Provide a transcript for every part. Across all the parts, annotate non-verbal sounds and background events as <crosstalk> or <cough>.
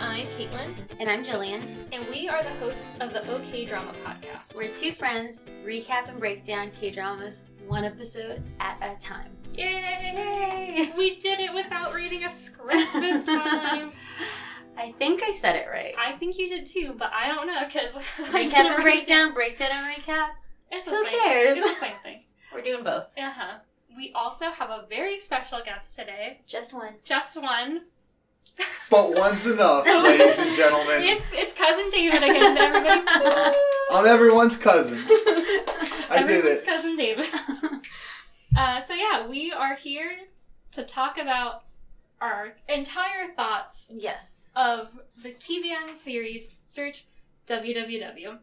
Caitlin, And I'm Jillian. and we are the hosts of the OK Drama Podcast. We're two friends, recap and break down K dramas one episode at a time. Yay! We did it without reading a script <laughs> this time. I think I said it <laughs> right. I think you did too, but I don't know because <laughs> I Recap didn't and write down. breakdown, breakdown and recap. It's the Who same- cares? It's the same thing. We're doing both. Uh huh. We also have a very special guest today. Just <laughs> one. Just one. But <laughs> one's enough, ladies and gentlemen. It's it's cousin David again. Everybody. <laughs> I'm everyone's cousin. I did Everyone's it. cousin <laughs> David. Uh, so yeah, we are here to talk about our entire thoughts yes. of the TVN series Search WWW.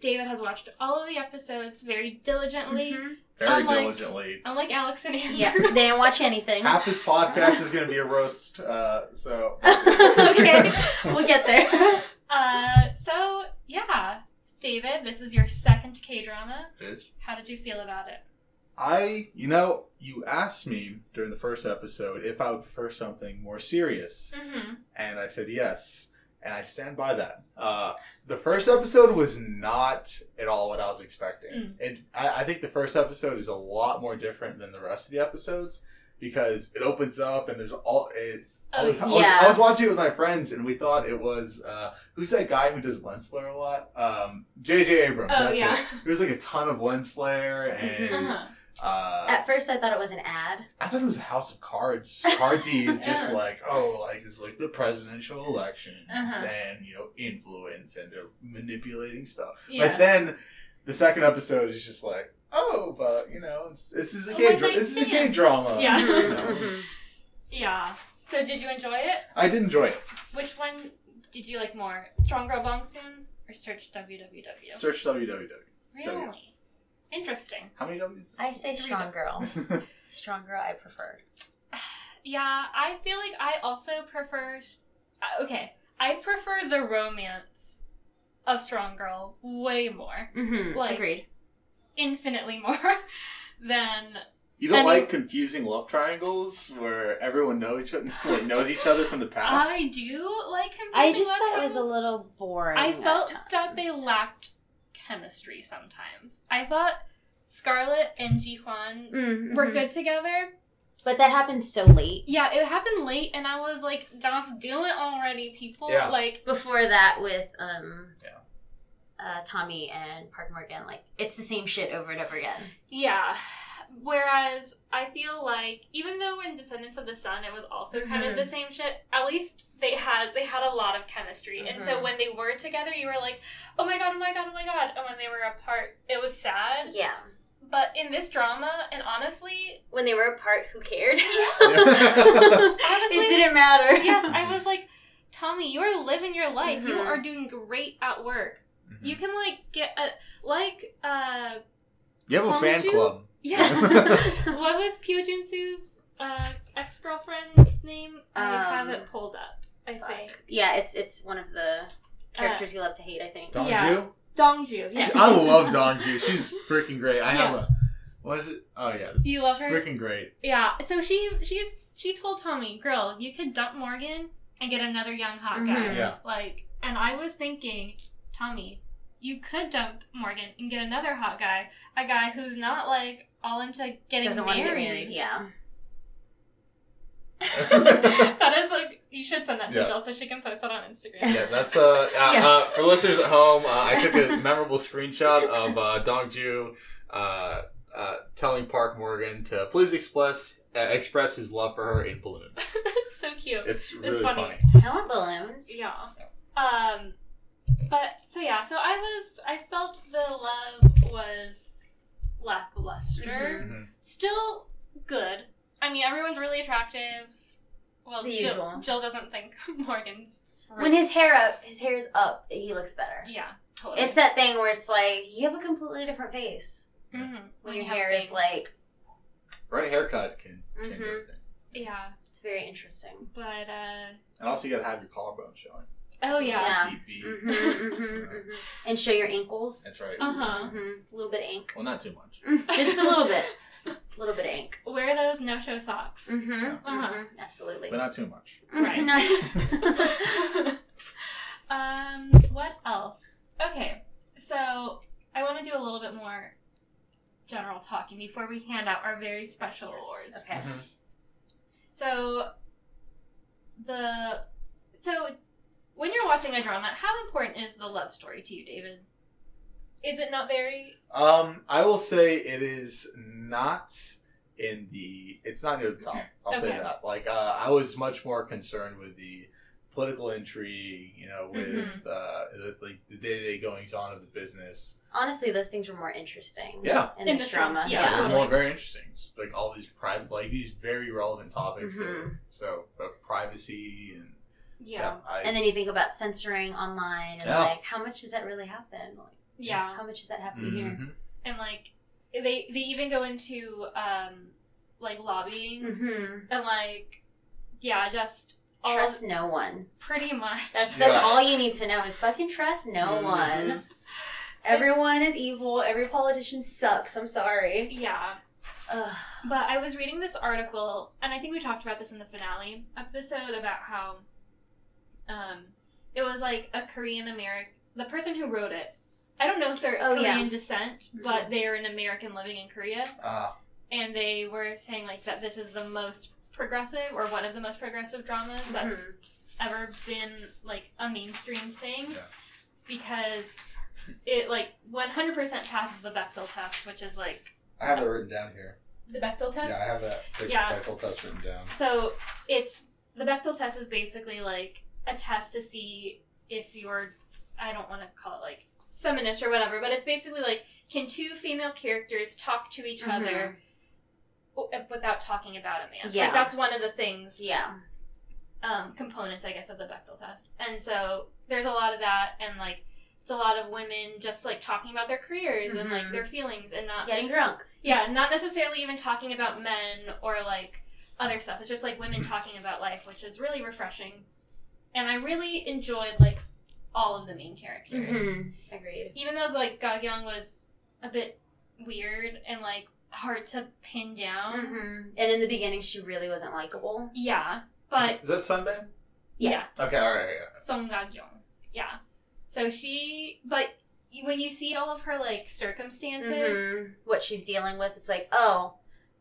David has watched all of the episodes very diligently, Mhm. Very I'm like- diligently. unlike Alex and Andrew. Yeah, <laughs> they didn't watch anything. Half this podcast is going to be a roast, uh, so. <laughs> <laughs> okay, we'll get there. <laughs> Uh, so yeah, David, this is your second K drama. It is. How did you feel about it? I, you know, you asked me during the first episode if I would prefer something more serious, Mm-hmm. and I said yes, and I stand by that. Uh, the first episode was not at all what I was expecting. Mm. It, I, I think the first episode is a lot more different than the rest of the episodes because it opens up and there's all it, Oh, I was, I was- yeah. I was watching it with my friends, and we thought it was uh, who's that guy who does lens flare a lot? Um, J.J. Abrams. Oh, that's yeah. it. There was like a ton of lens flare, and <laughs> Uh-huh. uh, At first, I thought it was an <laughs> ad. I thought it was a House of Cards. <laughs> Cardsy, just Yeah. like oh, like it's like the presidential elections Uh-huh. and you know influence, and they're manipulating stuff. Yeah. But then the second episode is just like oh, but you know, it's, this is a A gay. one Dra- night this is a gay stand. drama. Yeah. you know, Mhm, it's- yeah. So did you enjoy it? I did enjoy it. Which one did you like more, Strong Girl Bong Soon or Search WWW? Search www. really W. interesting. How many W's? I say strong girl. Strong girl, I prefer. Yeah, I feel like I also prefer. uh, Okay, I prefer the romance of Strong Girl way more, Mm-hmm. Like- Agreed. infinitely <laughs> more than <laughs> you don't I mean- like confusing love triangles where everyone know each other, like, <laughs> knows each other from the past. I do like. confusing I just love thought it was a triangles. little boring. I at felt that they times. lacked chemistry sometimes. I thought Scarlett and Ji Hwan Mm, were mhm. good together, But that happened so late. Yeah, it happened late, and I was like, "That's do it already, people!" Yeah. Like, Before that, with um, Yeah. uh, Tommy and Park Morgan, like it's the same shit over and over again. yeah. Whereas I feel like even though in Descendants of the Sun it was also kind of Mhm. the same shit, at least they had they had a lot of chemistry, and so Mhm. when they were together, you were like, "Oh my god, oh my god, oh my god!" And when they were apart, it was sad. Yeah. But in this drama, and honestly, When they were apart, who cared? <laughs> Honestly, it didn't matter. <laughs> yes, I was like, "Tommy, you are living your life. You Mhm. are doing great at work. Mm-hmm. You can like get a like uh." You have a fan Hongju? club. <laughs> <laughs> Yeah. what was Pyo Junsu's uh, ex girlfriend's name? I Um, have it pulled up. I think yeah, it's it's one of the characters you love to hate. I think. Dongju? Yeah. Dongju. Yes. I love Dongju. She's freaking great. I have Yeah. a. What is it? Oh yeah. it's You love her? Freaking great. <laughs> <laughs> <laughs> yeah. So she she's she told Tommy, "Girl, you could dump Morgan and get another young hot guy." Mhm. Yeah. Like, and I was thinking, Tommy, you could dump Morgan and get another hot guy, a guy who's not like all into getting Doesn't want to married. get married. Yeah. <laughs> that is like you should send that to Yeah. Jill so she can post it on Instagram. Yeah, that's uh, uh, uh Yes. for listeners at home. Uh, I took a memorable screenshot of uh, Dongju uh, uh, telling Park Morgan to please express uh, express his love for her in balloons. <laughs> so cute. It's really funny. funny. I want balloons. Yeah. Um, but so yeah, so I was I felt the love was lackluster. Mm-hmm. Mhm. Still good. I mean, everyone's really attractive. Well, The Jill, usual. Jill doesn't think <laughs> Morgan's. When his hair up, his hair is up. He looks better. yeah, totally. It's that thing where it's like you have a completely different face Mhm. when your you have hair bangs. is like. Right haircut can change Mm-hmm. Mhm. everything. yeah, It's very interesting. but uh And also, you gotta have your collarbone showing. oh yeah, Mm-hmm. Yeah. <laughs> hmm Deep V. hmm And show your ankles. That's right. uh huh. <laughs> hmm A little bit of ink. Well, not too much. Just a little bit. A little bit of ink. Wear those no show socks. <laughs> Mm-hmm. Uh-huh. Absolutely. <laughs> but not too much. Right. <laughs> No. Um, what else? Okay, so I want to do a little bit more general talking before we hand out our very special awards. okay. Mm-hmm. So the so when you're watching a drama, how important is the love story to you, David? Is it not very Um, I will say it is not in the. It's not near the top. I'll say Okay. that. Like uh, I was much more concerned with the political intrigue, you know, with Mhm. uh, the, like the day to day goings on of the business. Honestly, those things were more interesting. Yeah. In, In this this drama. one, Yeah, Yeah. it's totally. more very interesting. It's like all these private, like these very relevant topics. that- Mhm. so of privacy and Mm-hmm. yeah I, And then you think about censoring online and Yeah. like, how much does that really happen? Like, yeah, how much does that happen here? Mhm. and like they they even go into um like lobbying Mm-hmm. and like yeah just all Trust no one. pretty much That's that's Yeah. all you need to know is fucking trust no Mhm. one. Everyone is evil. Every politician sucks. I'm sorry. yeah Ugh. But I was reading this article, and I think we talked about this in the finale episode about how um, it was like a Korean American, the person who wrote it. I don't know if they're Oh, Korean yeah. Mm-hmm. descent, but they are an American living in Korea, Ah, and they were saying like that this is the most progressive or one of the most progressive dramas that's Mm-hmm. ever been like a mainstream thing Yeah. because it like 100% passes the Bechtel test, which is like I have that written down here. the Bechtel test. Yeah, I have that. The Yeah. Bechdel test written down. So it's the Bechtel test is basically like a test to see if you're I don't want to call it like feminist or whatever, but it's basically like can two female characters talk to each Mhm. other o- without talking about a man? Yeah. Like that's one of the things Yeah. um, components, I guess, of the Bechtel test. And so there's a lot of that, and like it's a lot of women just like talking about their careers and like Mhm. their feelings and not Getting drunk. yeah, not necessarily even talking about men or like other stuff. It's just like women talking about life, which is really refreshing. And I really enjoyed like all of the main characters. Mm-hmm. Agreed. Even though like Gagyang was a bit weird and like hard to pin down. hmm And in the beginning, she really wasn't likable. Yeah, but is, is that Sunday? yeah, Yeah. Okay, all right, yeah. Song Gagyang. Yeah. So she but when you see all of her like circumstances, Mhm. What she's dealing with, it's like, oh,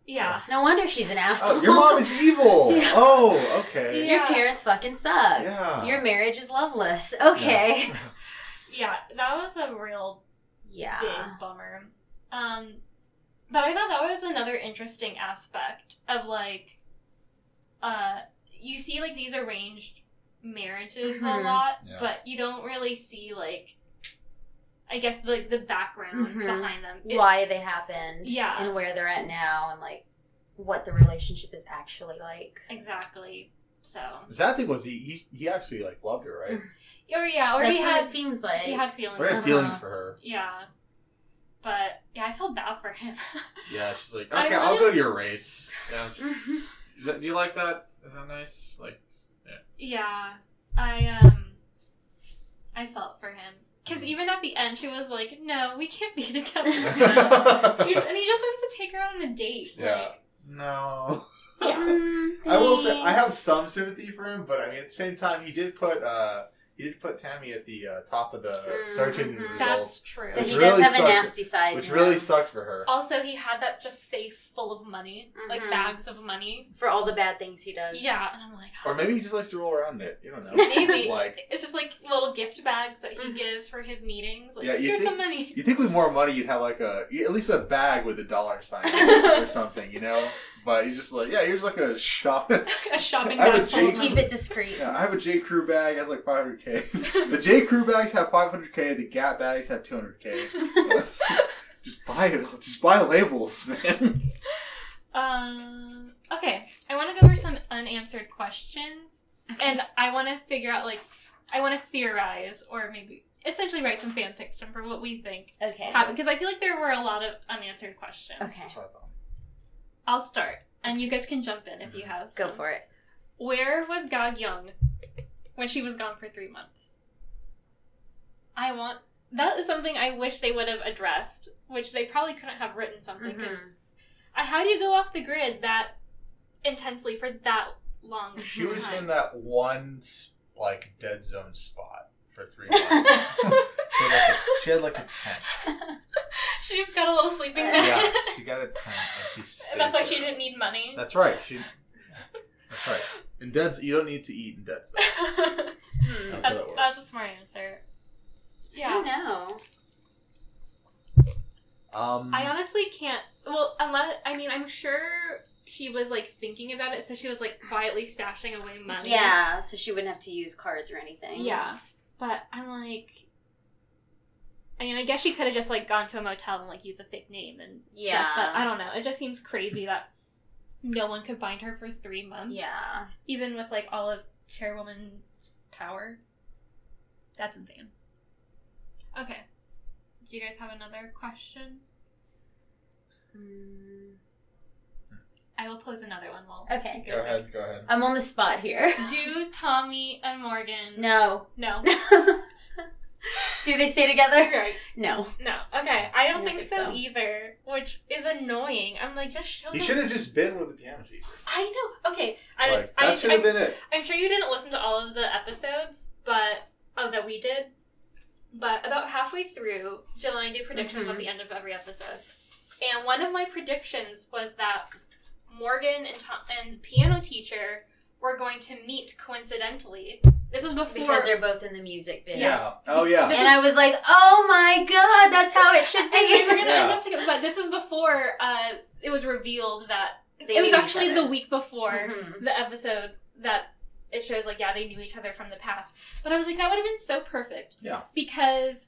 yeah. no wonder she's an asshole. Oh, <laughs> your <laughs> mom is evil. Yeah. Oh, okay. Yeah. Your parents fucking suck. Yeah. Your marriage is loveless. Okay. Yeah, that was a real Yeah. big bummer. Um, but I thought that was another interesting aspect of like, uh, you see like these arranged marriages Mhm. a lot, Yeah. but you don't really see like, I guess like the background Mhm. behind them. It- Why they happened. Yeah. And where they're at now and like what the relationship is actually like. Exactly. So, The sad thing was he, he he actually like loved her, right? or yeah, or That's he what had it seems like. he had feelings. Or he had Uh-huh. feelings for her. Yeah. But yeah, I felt bad for him. <laughs> Yeah, she's like, I Mm-hmm. okay, I'll wanna- go to your race. Yeah, it's- Mhm. is that, do you like that? Is that nice? Like, yeah. Yeah, I um, I felt for him because even at the end, she was like, "No, we can't be <laughs> together," He's- and he just wanted to take her out on a date. Yeah. <laughs> no. Like, yeah. Mm, I will say I have thanks. some sympathy for him, but I mean at the same time he did put uh he did put Tammy at the uh, top of the search engine Mhm. Mm-hmm. That's results, true. So Which he does really have a sucked. nasty side. which to really him. sucked for her. also, he had that just safe full of money, like Mhm. bags of money. for all the bad things he does. Yeah, and I'm like, "Ah, Or maybe he just likes to roll around in it. You don't know. Maybe. like it's just like little gift bags that he Mhm. gives for his meetings. Like, Yeah, you here's think- some money. <laughs> you think with more money you'd have like a at least a bag with a dollar sign <laughs> or something, you know? But you're just like, yeah, here's like a shop. <laughs> a shopping I have a bag full Let's of Jake- money. keep it discreet. Yeah, I have a J Crew bag. Has like <laughs> 500k. the J Crew bags have 500k. The Gap bags <laughs> have 200k. just buy it. all. Just buy labels, man. Um. Okay, I want to go over some unanswered questions, and I want to figure out like, I want to theorize or maybe essentially write some fan fiction for what we think Okay. happened because I feel like there were a lot of unanswered questions. okay. what I thought. I'll start, and you guys can jump in if you have. Mm-hmm. Go some. for <laughs> it. Where was Gog Young when she was gone for three months? I want. That is something I wish they would have addressed, which they probably couldn't have written something. 'cause Mhm. I- How do you go off the grid that intensely for that long. She was time. <laughs> in that one like dead zone spot <laughs> for three months. she, had like a, she had like a <laughs> tent. She got a little sleeping bag. Yeah, <laughs> she got a tent and she. stayed and that's why there. she didn't need money. That's right. She. That's right. In dead, you don't need to eat in dead zone. <laughs> Hmm. that's, that works. that's a smart answer. <laughs> I don't Yeah. know. Um, I honestly can't. Well, unless. I mean, I'm sure she was, like, thinking about it, so she was, like, quietly stashing away money. Yeah, so she wouldn't have to use cards or anything. Yeah. But I'm like. I mean, I guess she could have just, like, gone to a motel and, like, used a fake name and Yeah. stuff, but I don't know. It just seems crazy that no one could find her for three months. Yeah. Even with, like, all of Chairwoman's power. That's insane. Okay. Do you guys have another question? Hmm. I will pose another one while. Okay. Go ahead. Go ahead. I'm on the spot here. <laughs> Do Tommy and Morgan? No. <laughs> No. Do they stay together? Right. No. No. Okay. I don't, don't think, think so, so. either, which is annoying. I'm like, just show You them- should have just been with the piano teacher. I know. Okay. I, Like I, that should have I, been it. I'm sure you didn't listen to all of the episodes, but oh, that we did. But about halfway through, Jill and I do predictions Mm-hmm. at the end of every episode, and one of my predictions was that Morgan and Tom, and the piano teacher were going to meet coincidentally. This is before Because they're both in the music biz. Yes. Yeah. Oh yeah. This And I was like, oh my god, that's how it should and <laughs> they were be. gonna end Yeah. up together. But this was before uh, it was revealed that <laughs> They it was knew each actually other. the week before Mhm. the episode that it shows like yeah they knew each other from the past. But I was like that would have been so perfect. Yeah. Because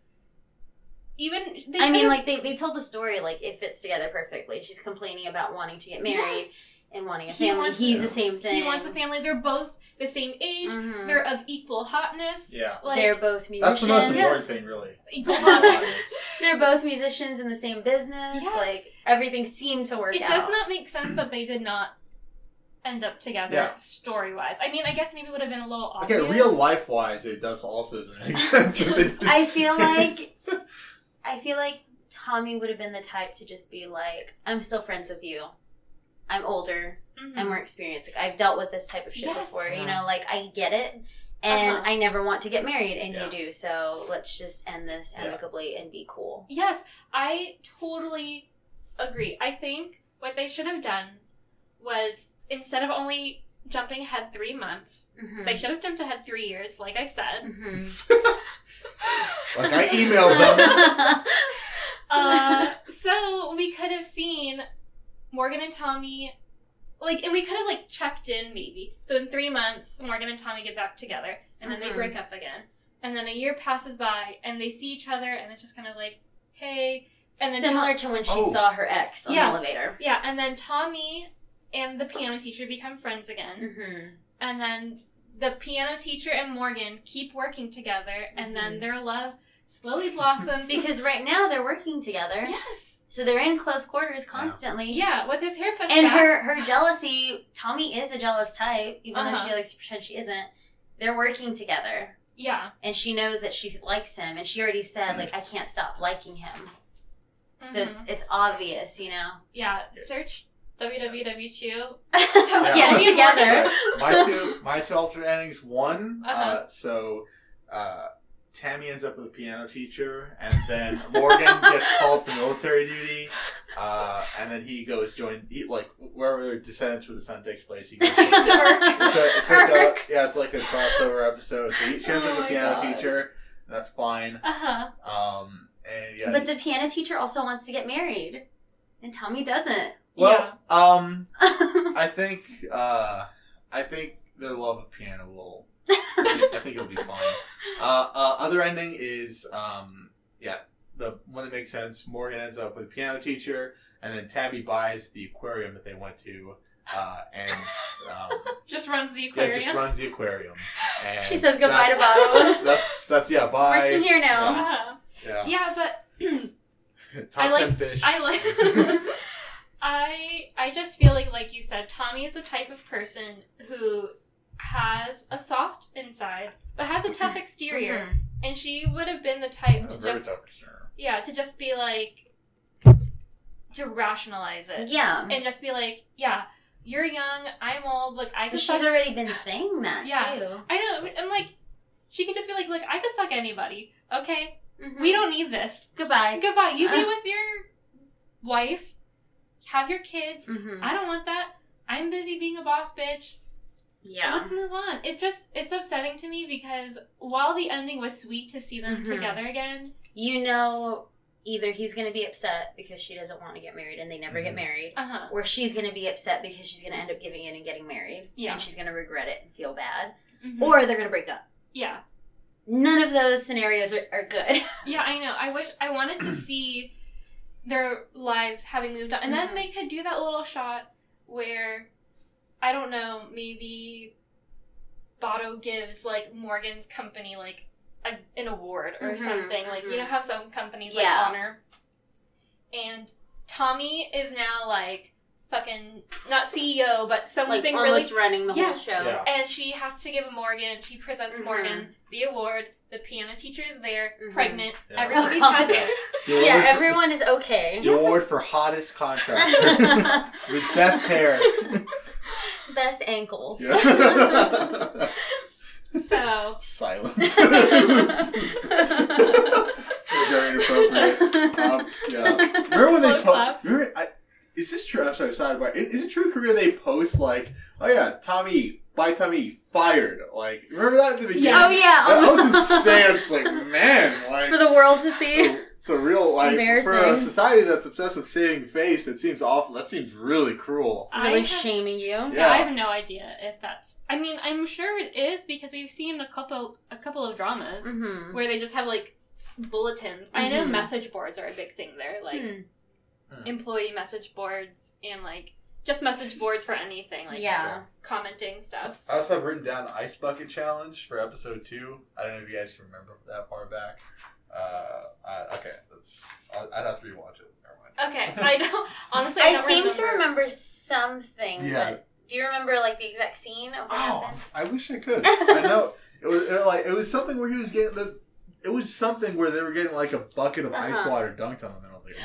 even they I mean, could've- like they, they told the story like it fits together perfectly. She's complaining about wanting to get married Yes. and wanting a He family. wants- He's the same thing. he wants a family. They're both the same age. Mhm. They're of equal hotness. Yeah. Like They're both musicians. That's the most Yes. important thing, really. equal hotness. Honest. They're both musicians in the same business. Yes. Like everything seemed to work it out. does not make sense that they did not end up together Yeah. story wise. I mean, I guess maybe it would have been a little Okay, obvious. real life wise, it does also doesn't make sense. that they- I <laughs> feel like I feel like Tommy would have been the type to just be like, I'm still friends with you. I'm older. Mhm. I'm more experienced. Like I've dealt with this type of shit Yes. before. You Mhm. know, like I get it. And Uh-huh. I never want to get married, and Yeah. you do. So let's just end this Yeah. amicably and be cool. Yes, I totally agree. I think what they should have done was instead of only jumping ahead three months, Mm-hmm. they should have jumped ahead three years, like I said. like I emailed them. <laughs> Uh, so we could have seen Morgan and Tommy, like, and we could have like checked in maybe. So in three months, Morgan and Tommy get back together, and then Mhm. they break up again, and then a year passes by, and they see each other, and it's just kind of like, hey, and then Tom- Similar to when she Oh. saw her ex on Yes. the elevator. Yeah, and then Tommy and the piano teacher become friends again. Mm-hmm. And then the piano teacher and Morgan keep working together, and Mm-hmm. then their love slowly blossoms. <laughs> Because right now they're working together, yes, so they're in close quarters constantly. yeah, with his hair pushed And back. her her jealousy, Tommy is a jealous type, even Uh-huh. though she likes to pretend she isn't. They're working together, yeah, and she knows that she likes him, and she already said like I can't stop liking him. So it's it's obvious, <laughs> you know. Mm-hmm. yeah. Search <laughs> www. Get it Yeah. together. <laughs> my two, my two alternate endings. One, uh Uh-huh. so uh, Tammy ends up with a piano teacher, and then <laughs> Morgan gets called for military duty, uh, and then he goes join he, like wherever Descendants for the Sun takes place. <laughs> <laughs> He goes. join- It's, a, it's like a yeah, it's like a crossover episode. So he she ends up Oh with a my piano God. teacher. And that's fine. Uh huh. Um, and yeah, But the piano teacher also wants to get married, and Tommy doesn't. <laughs> well, um, I I think uh, I think their love of piano will. I think <laughs> it'll be fine. Uh, uh, other ending is um, yeah, the one that makes sense. Morgan ends up with a piano teacher, and then Tabby buys the aquarium that they went to, uh, and um, Just runs the yeah, aquarium. just runs the aquarium. And She says goodbye to that's- <laughs> Bob. <laughs> That's that's yeah. Working Bye. here now. uh-huh. Yeah. Yeah, but <clears throat> <laughs> Top I like- ten fish. Uh, I like. <laughs> I I just feel like like you said, Tommy is the type of person who has a soft inside but has a tough exterior, Mm-hmm. and she would have been the type That's to very just tough, sure. yeah to just be like to rationalize it Yeah. and just be like yeah you're young, I'm old. Like I could. Because fuck- she's already been saying that Yeah. too. I know. I'm like, she could just be like, look, I could fuck anybody. Okay, Mhm. we don't need this. goodbye. Goodbye. You uh-huh. be with your wife. Have your kids. Mhm. I don't want that. I'm busy being a boss bitch. Yeah. Let's move on. It just it's upsetting to me because while the ending was sweet to see them Mhm. together again, You know, either he's gonna be upset because she doesn't want to get married and they never Mhm. get married, uh huh. or she's gonna be upset because she's gonna end up giving in and getting married, Yeah. Mm-hmm. and she's gonna regret it and feel bad, or they're gonna break up. yeah, None of those scenarios are, are good. yeah, I know. I wish I wanted <clears throat> to see their lives having moved on, and then Mhm. they could do that little shot where I don't know, maybe Botto gives like Morgan's company like a, an award or Mhm, something. Like you know mhm. how some companies like Yeah. honor, and Tommy is now like fucking not CEO, but something really almost running the Yeah. whole show. Yeah. and she has to give Morgan. She presents Mhm. Morgan the award. The piano teacher is there, Mhm. pregnant. Yeah. Everybody's Oh, God. happy. The Yeah, <laughs> award- everyone is okay. The award for hottest <laughs> contractor <laughs> Best with best hair. ankles. <laughs> <laughs> Yeah. <laughs> So Silence. <laughs> Very inappropriate. <laughs> Um, yeah. Remember when they Slow post? claps. Remember, I, is this true? I'm sorry, sidebar. Is, is it true? Korea they post like, oh yeah, Tommy, by Tommy fired. Like, remember that at the beginning? Oh yeah, That, that was insane. I'm just like, man, like <laughs> for the world to see. it's a real like for a Embarrassing. society that's obsessed with saving face. It seems awful. That seems really cruel. I <laughs> Really have, shaming you. I Yeah, have no idea if that's. I mean, I'm sure it is because we've seen a couple a couple of dramas Mm-hmm. where they just have like bulletins. I know Mhm. message boards are a big thing there, like Hmm. Hmm. employee message boards and like just message boards for anything, like yeah. commenting stuff. I also have written down ice bucket challenge for episode two. I don't know if you guys can remember that far back. Uh, I, okay, that's. I- I'd have to rewatch it. Never mind. Okay, <laughs> I don't. Honestly, I, I don't seem to remember something. Yeah. But do you remember like the exact scene of what Oh, happened? I wish I <laughs> could. I know it was it, like it was something where he was getting the. It was something where they were getting like a bucket of ice Uh-huh. water dunked on them, and I was like,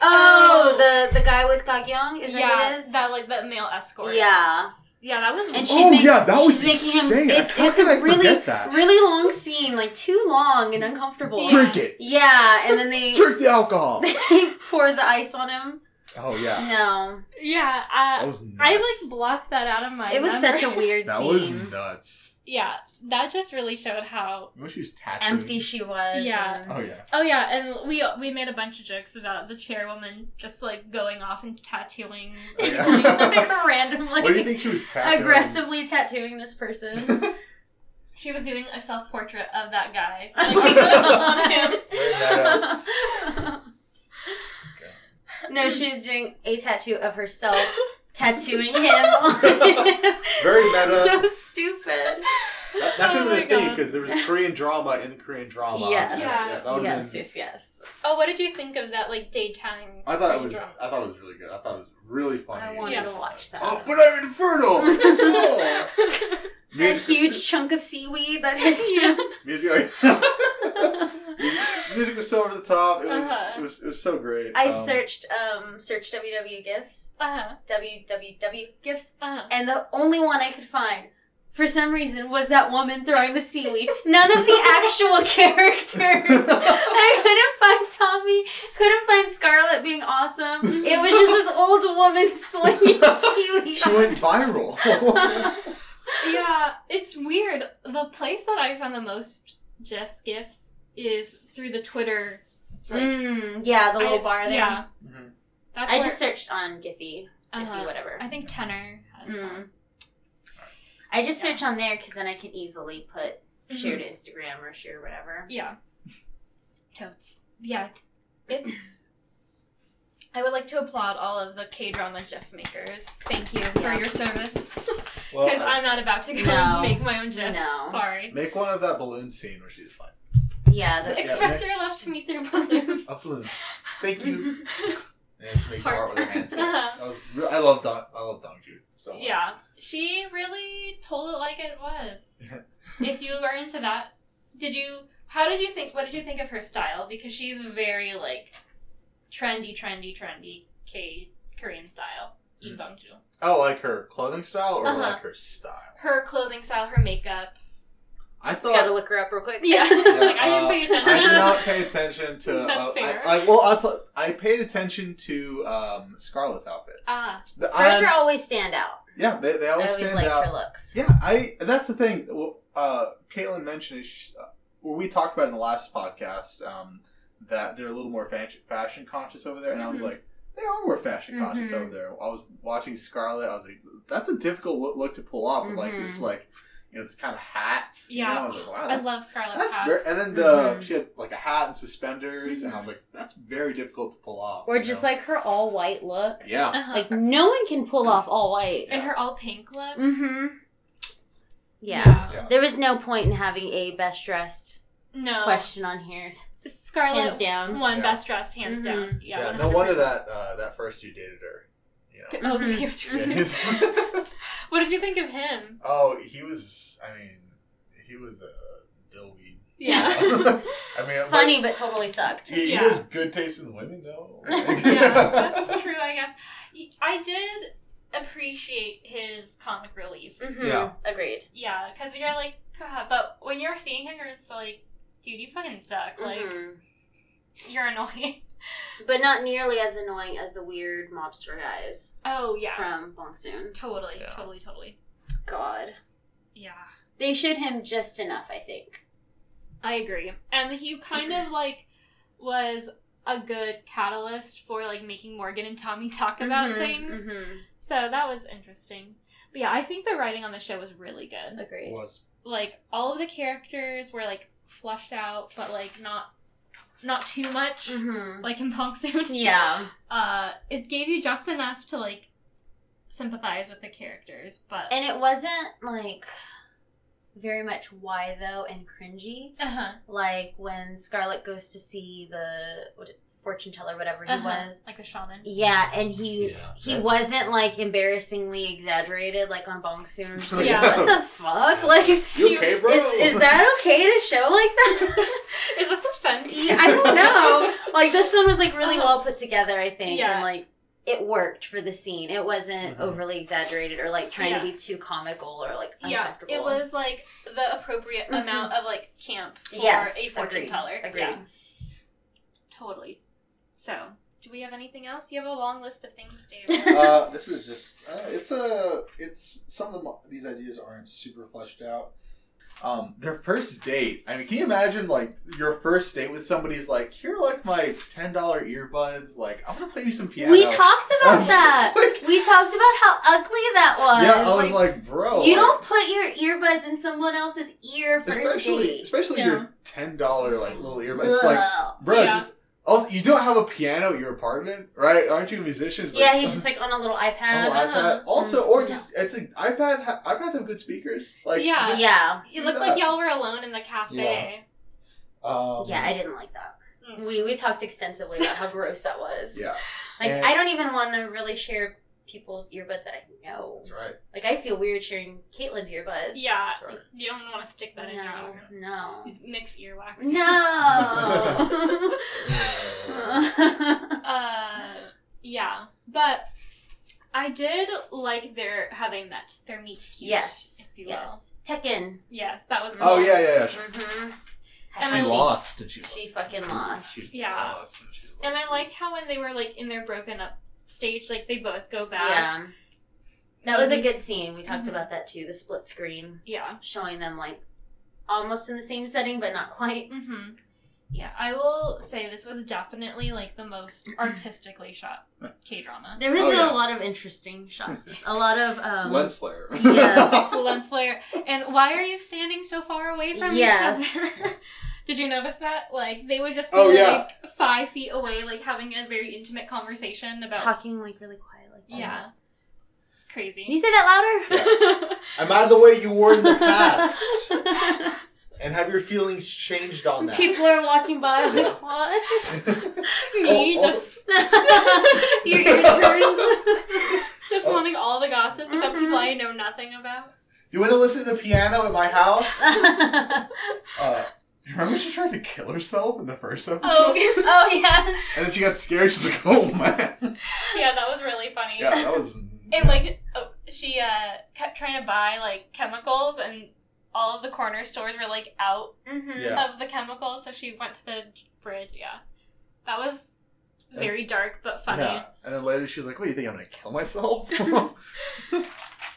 Oh, the the guy with Gagyong is that yeah, who it is? that like the male escort. yeah, yeah, that was. And weird. she's "Oh making- yeah, that she's was making him- insane." it- How it's could a I forget really- that? really long scene, like too long and uncomfortable. Drink it. Yeah, and then they Drink the alcohol. <laughs> they pour the ice on him. Oh yeah, No, Yeah, that uh, was Oh, nuts. I like blocked that out of my. it was memory. such a weird that scene. was nuts. yeah, that just really showed how. When she was tattooing. Empty she was. Yeah. and- Oh yeah. Oh yeah, and we we made a bunch of jokes about the chairwoman just like going off and tattooing <laughs> Oh, yeah. <laughs> Like, randomly. What do you think she was tattooing? aggressively tattooing this person. <laughs> <laughs> She was doing a self portrait of that <laughs> guy. Oh <laughs> my on him. Wearing that, uh, <laughs> no, she was doing a tattoo of herself, tattooing him. <laughs> on- Very meta. <laughs> so stupid. That, that could Oh have been my a theme God. because there was Korean drama in the Korean drama. Yes. Yeah, Yeah. that would yes, have been. yes, yes. Oh, what did you think of that like daytime? I thought it was. drama? I thought it was really good. I thought it was really funny. I wanted Yeah. to watch that. Oh, but <laughs> I'm infertile. Oh. a Music- huge chunk of seaweed that <laughs> hits you. music. music was so over the top. It was. Uh-huh. It was. It was so great. <laughs> I Um, searched um searched www gifts Uh-huh, www gifts uh-huh. and the only one I could find, for some reason, was that woman throwing the seaweed. None of the actual <laughs> characters. I couldn't find Tommy. Couldn't find Scarlet being awesome. It was just this old woman slinging <laughs> She seaweed. <laughs> went viral. <laughs> Mm-hmm. Yeah, it's weird. The place that I found the most Jeff's gifts is through the Twitter. like, Mm, yeah, the little I- bar there. Yeah, Mhm. that's I where- just searched on Giphy, Giphy, Uh-huh. whatever. I think tenor has Mm. some. I just Yeah. search on there because then I can easily put Mhm. share to Instagram or share whatever. Yeah. Totes. Yeah. It's I would like to applaud all of the K drama GIF makers. Thank you for Yeah. your service. well, Because I- I'm not about to go No. make my own GIFs. No. Sorry. make one of that balloon scene where she's like, Yeah, that's Express your love to me through balloon. "A balloon, thank you." And she makes art Heart. with her hands. Uh-huh. That was re- I love Don. I love Dongju. So much. Yeah. She really told it like it was. if you are into that, did you how did you think what did you think of her style? Because she's very like trendy, trendy, trendy K Korean style. Im Dong Ju. Oh, like her clothing style or Uh-huh. like her style? Her clothing style, her <laughs> makeup. I thought <laughs> Gotta look her up real quick. Yeah, <laughs> like I uh, didn't pay attention. I did not pay attention to. That's uh, I- fair. I, well, I'll t- I paid attention to um, Scarlett's outfits. <laughs> Ah, The- Hers I'm- are always stand out. yeah, they, they I always Um, always stand liked out. her looks. Yeah, I. That's the thing. Well, Uh, Caitlin mentioned, she, uh, well, we talked about in the last podcast um, that they're a little more fashion, fashion conscious over there, and I was Mhm. like, they are more fashion conscious Mhm. over there. I was watching Scarlett. I was like, that's a difficult look, look to pull off. with Like Mhm. this, like you know, this kind of hat. you Yeah. know? I was like, wow, I that's, love Scarlett's that's hats. very. And then the Mhm. she had like a hat and suspenders, and I was like, that's very difficult to pull off. Mm-hmm. Or you just know? like her all white look. yeah. Uh-huh. Like uh, no one can pull off all white. and her all pink look. Mm-hmm. Yeah. Yeah. There was no point in having a best dressed No. question on here. Scarlett Hands <laughs> down. One Yeah. best dressed, hands Mhm. down. Yeah, Yeah. no wonder that uh, that first you dated her. You know. Oh, Mhm. you're <laughs> Yeah, true. he's- what did you think of him? <laughs> Oh, he was. I mean, he was a dillweed. Yeah. <laughs> I mean, Funny, but totally but sucked. He, he Yeah. has good taste in women, <laughs> though. <laughs> yeah, that's true, I guess. I did appreciate his comic relief. Mm-hmm. Yeah. Agreed. Yeah, because you're like, God, but when you're seeing him, you're just like, dude, you fucking suck. Like, Mhm. you're annoying. <laughs> But not nearly as annoying as the weird mobster guys Oh, yeah. from Bong Soon. Totally, Yeah. totally, totally. God. Yeah. They showed him just enough, I think. I agree. And he kind of like was a good catalyst for like making Morgan and Tommy <laughs> talk about Mhm, things. mhm. So that was interesting. But yeah, I think the writing on the show was really good. Agreed. was Like all of the characters were like flushed out, but like not not too much. Mm-hmm. Like in Pong Soon. <laughs> Yeah. Uh it gave you just enough to like sympathize with the characters, but And it wasn't like very much why though and cringy. uh-huh. Like when Scarlett goes to see the what, fortune teller, whatever he uh-huh, was. like a shaman. Yeah, and he Yeah, he that's- wasn't like embarrassingly exaggerated like on Bong Soon. Just like, Yeah. What the fuck? Like, You okay, bro? is is that okay to show like that? Is this offensive? Yeah, I don't know. Like this one was like really Uh-huh. well put together, I think, Yeah. and like it worked for the scene. It wasn't Mm-hmm. Mhm. overly exaggerated or like trying Yeah. to be too comical or like Yeah, uncomfortable. it was like the appropriate Mhm. amount of like camp for yes, a fortune agreed, teller. Agreed. Yeah, totally. So, do we have anything else? You have a long list of things, David. <laughs> <laughs> uh, <laughs> this is just uh, it's a it's some of them these ideas aren't super fleshed out um their first date i mean can you imagine like your first date with somebody is like here are like my $10 earbuds like i'm gonna play you some piano We talked I about was just that. like- We talked about how ugly that was. yeah i was like, oh. bro you like, don't put your earbuds in someone else's ear first especially date. especially Yeah. your $10 like little earbuds It's like Ugh. bro Yeah. just also you don't have a piano in your apartment right aren't you a musician It's like, yeah, he's just like on a little iPad. Oh, Uh-huh. iPad. Also, or Yeah. just it's an iPad. Ha- iPads have good speakers. Like Yeah. just- yeah, it looked like y'all were alone in the cafe. Um, yeah, I didn't like that. Mm. We we talked extensively about how gross that was. yeah, Like And- I don't even want to really share people's earbuds that I know. that's right. Like I feel weird sharing Caitlin's earbuds. Yeah, Sorry. you don't want to stick that in your No. ear. No. Mix <laughs> earwax. No. <laughs> Uh, yeah, but I did like their how they met, their meet cute. yes. if you will. Yes. Tekken. Yes, that was. Oh, yeah, yeah, yeah. Mm-hmm. And I- she lost, and she She fucking lost. She Yeah. lost, and she lost. And I liked how when they were like in their broken up stage, like they both go back. Yeah. That was a Mhm. good scene. We talked Mhm. about that too. The split screen Yeah. showing them like almost in the same setting but not quite. hmm Yeah, I will say this was definitely like the <clears throat> most artistically shot K drama. <laughs> There was Oh, a yeah. lot of interesting shots. A lot of um lens flare. <laughs> yes. Lens flare. And why are you standing so far away from Yes. each <laughs> other? <laughs> Did you notice that? Like they would just be Oh, like yeah. five feet away, like having a very intimate conversation about talking like really quiet like this. Yeah. Can you crazy. say that <laughs> louder? I'm out of the way you were in the past, <laughs> and have your feelings changed on that. People are walking by Yeah. like, <laughs> what? Me Oh, just <laughs> Your <laughs> ear turns. just oh. wanting all the gossip about Mhm. people I know nothing about. Mm-hmm. you want to listen to piano at my house? Uh, Do you remember she tried to kill herself in the first episode? <laughs> Oh, <laughs> Oh yeah. And then she got scared. She's like, oh man. yeah, that was really funny. Yeah, that <laughs> was. And like, oh, she uh, kept trying to buy like chemicals, and all of the corner stores were like out Mm-hmm. <laughs> Yeah. of the chemicals, so she went to the bridge. Yeah, that was very dark but funny. Yeah. And then later she's like, what do you think? I'm going to kill myself? <laughs> <laughs>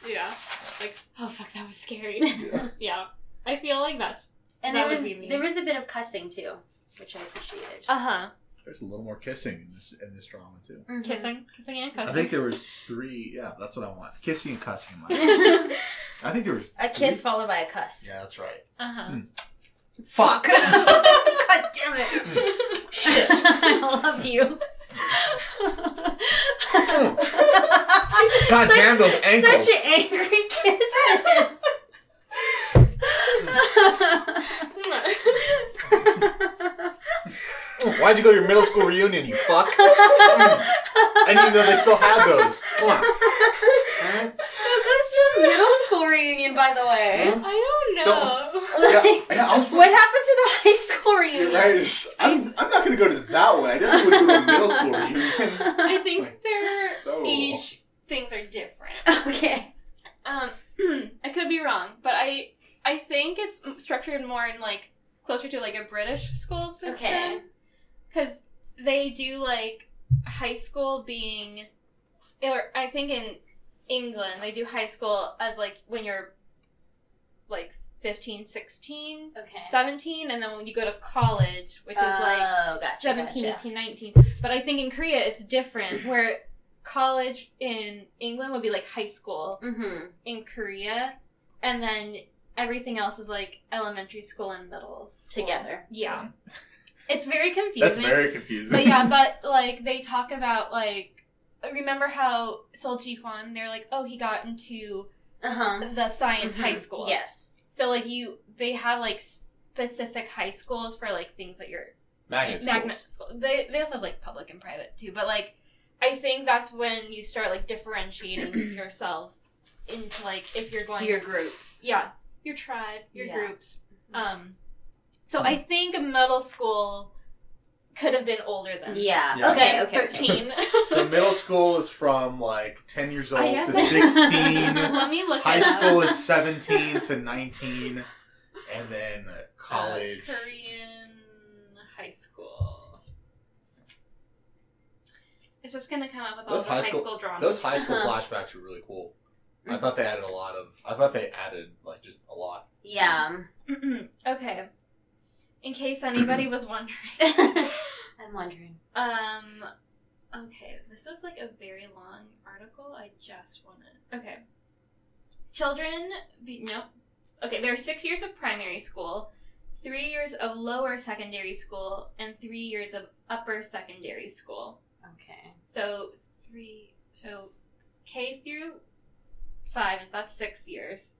Yeah. Like, oh fuck, that was <laughs> scary. Yeah. yeah. I feel like that's. And That there would was be me. there was a bit of cussing too, which I appreciated. Uh huh. There's a little more kissing in this in this drama too. Mhm. Kissing. Kissing and I cussing. think there was three. Yeah, that's what I want. Kissing and cussing. <laughs> Like, a I think there was. kiss followed by a cuss. Yeah, that's right. Uh huh. <laughs> Fuck. God damn it. <laughs> Shit. <laughs> I love you. <laughs> God damn those ankles. Such <laughs> angry kisses. Why'd you go to your middle school reunion, you fuck? Hmm. I didn't even know they still had those. Fuck. Who goes to a middle school reunion, by the way? <laughs> I don't know. Like, Yeah, I was- what happened to the high school reunion? Right. I'm, I'm not gonna go to that one. I definitely would go to a middle <laughs> school reunion. I think their So- age things are different. okay. Um, <clears throat> I could be wrong, but I I think it's m- structured more in like closer to like a British school Okay. system because they do like high school being, or I think in England they do high school as like when you're like 15, 16, Okay. 17, and then when you go to college, which is like oh, gotcha, 17, gotcha. 18, 19. But I think in Korea it's different where college in England would be like high school Mm-hmm. in Korea, and then everything else is like elementary school and middle school. Together. Yeah. It's very confusing. That's very confusing. But yeah, <laughs> but like they talk about like remember how Sol Ji Hwan, they're like, oh, he got into Uh huh. the science high school. Mm-hmm. Yes. So like you, they have like specific high schools for like things that you're Magnet magnet school. They they also have like public and private too, but like I think that's when you start like <clears throat> differentiating yourselves into like if you're going Your group. yeah your tribe your Yeah. Mm-hmm. groups um so Mm-hmm. i think middle school could have been older than Yeah. Yeah. Okay. than Okay. 13 So middle school is from like ten <laughs> years I old guess to I- sixteen. <laughs> let me look High it school up. is seventeen to nineteen, and then college. Uh, korean high school it's just gonna come up with all Those the high high school- school, drama Those high school Uh-huh. Mm-hmm. flashbacks were really cool. I thought they added a lot of. I thought they added like just a lot. <laughs> Yeah. <clears throat> okay in case anybody was wondering I'm wondering. Um. Okay, this is like a very long article. I just want to. Okay. Children. Be, no. Okay, there are six years of primary school, three years of lower secondary school, and three years of upper secondary school. Okay. So three. So K through five is that's six years.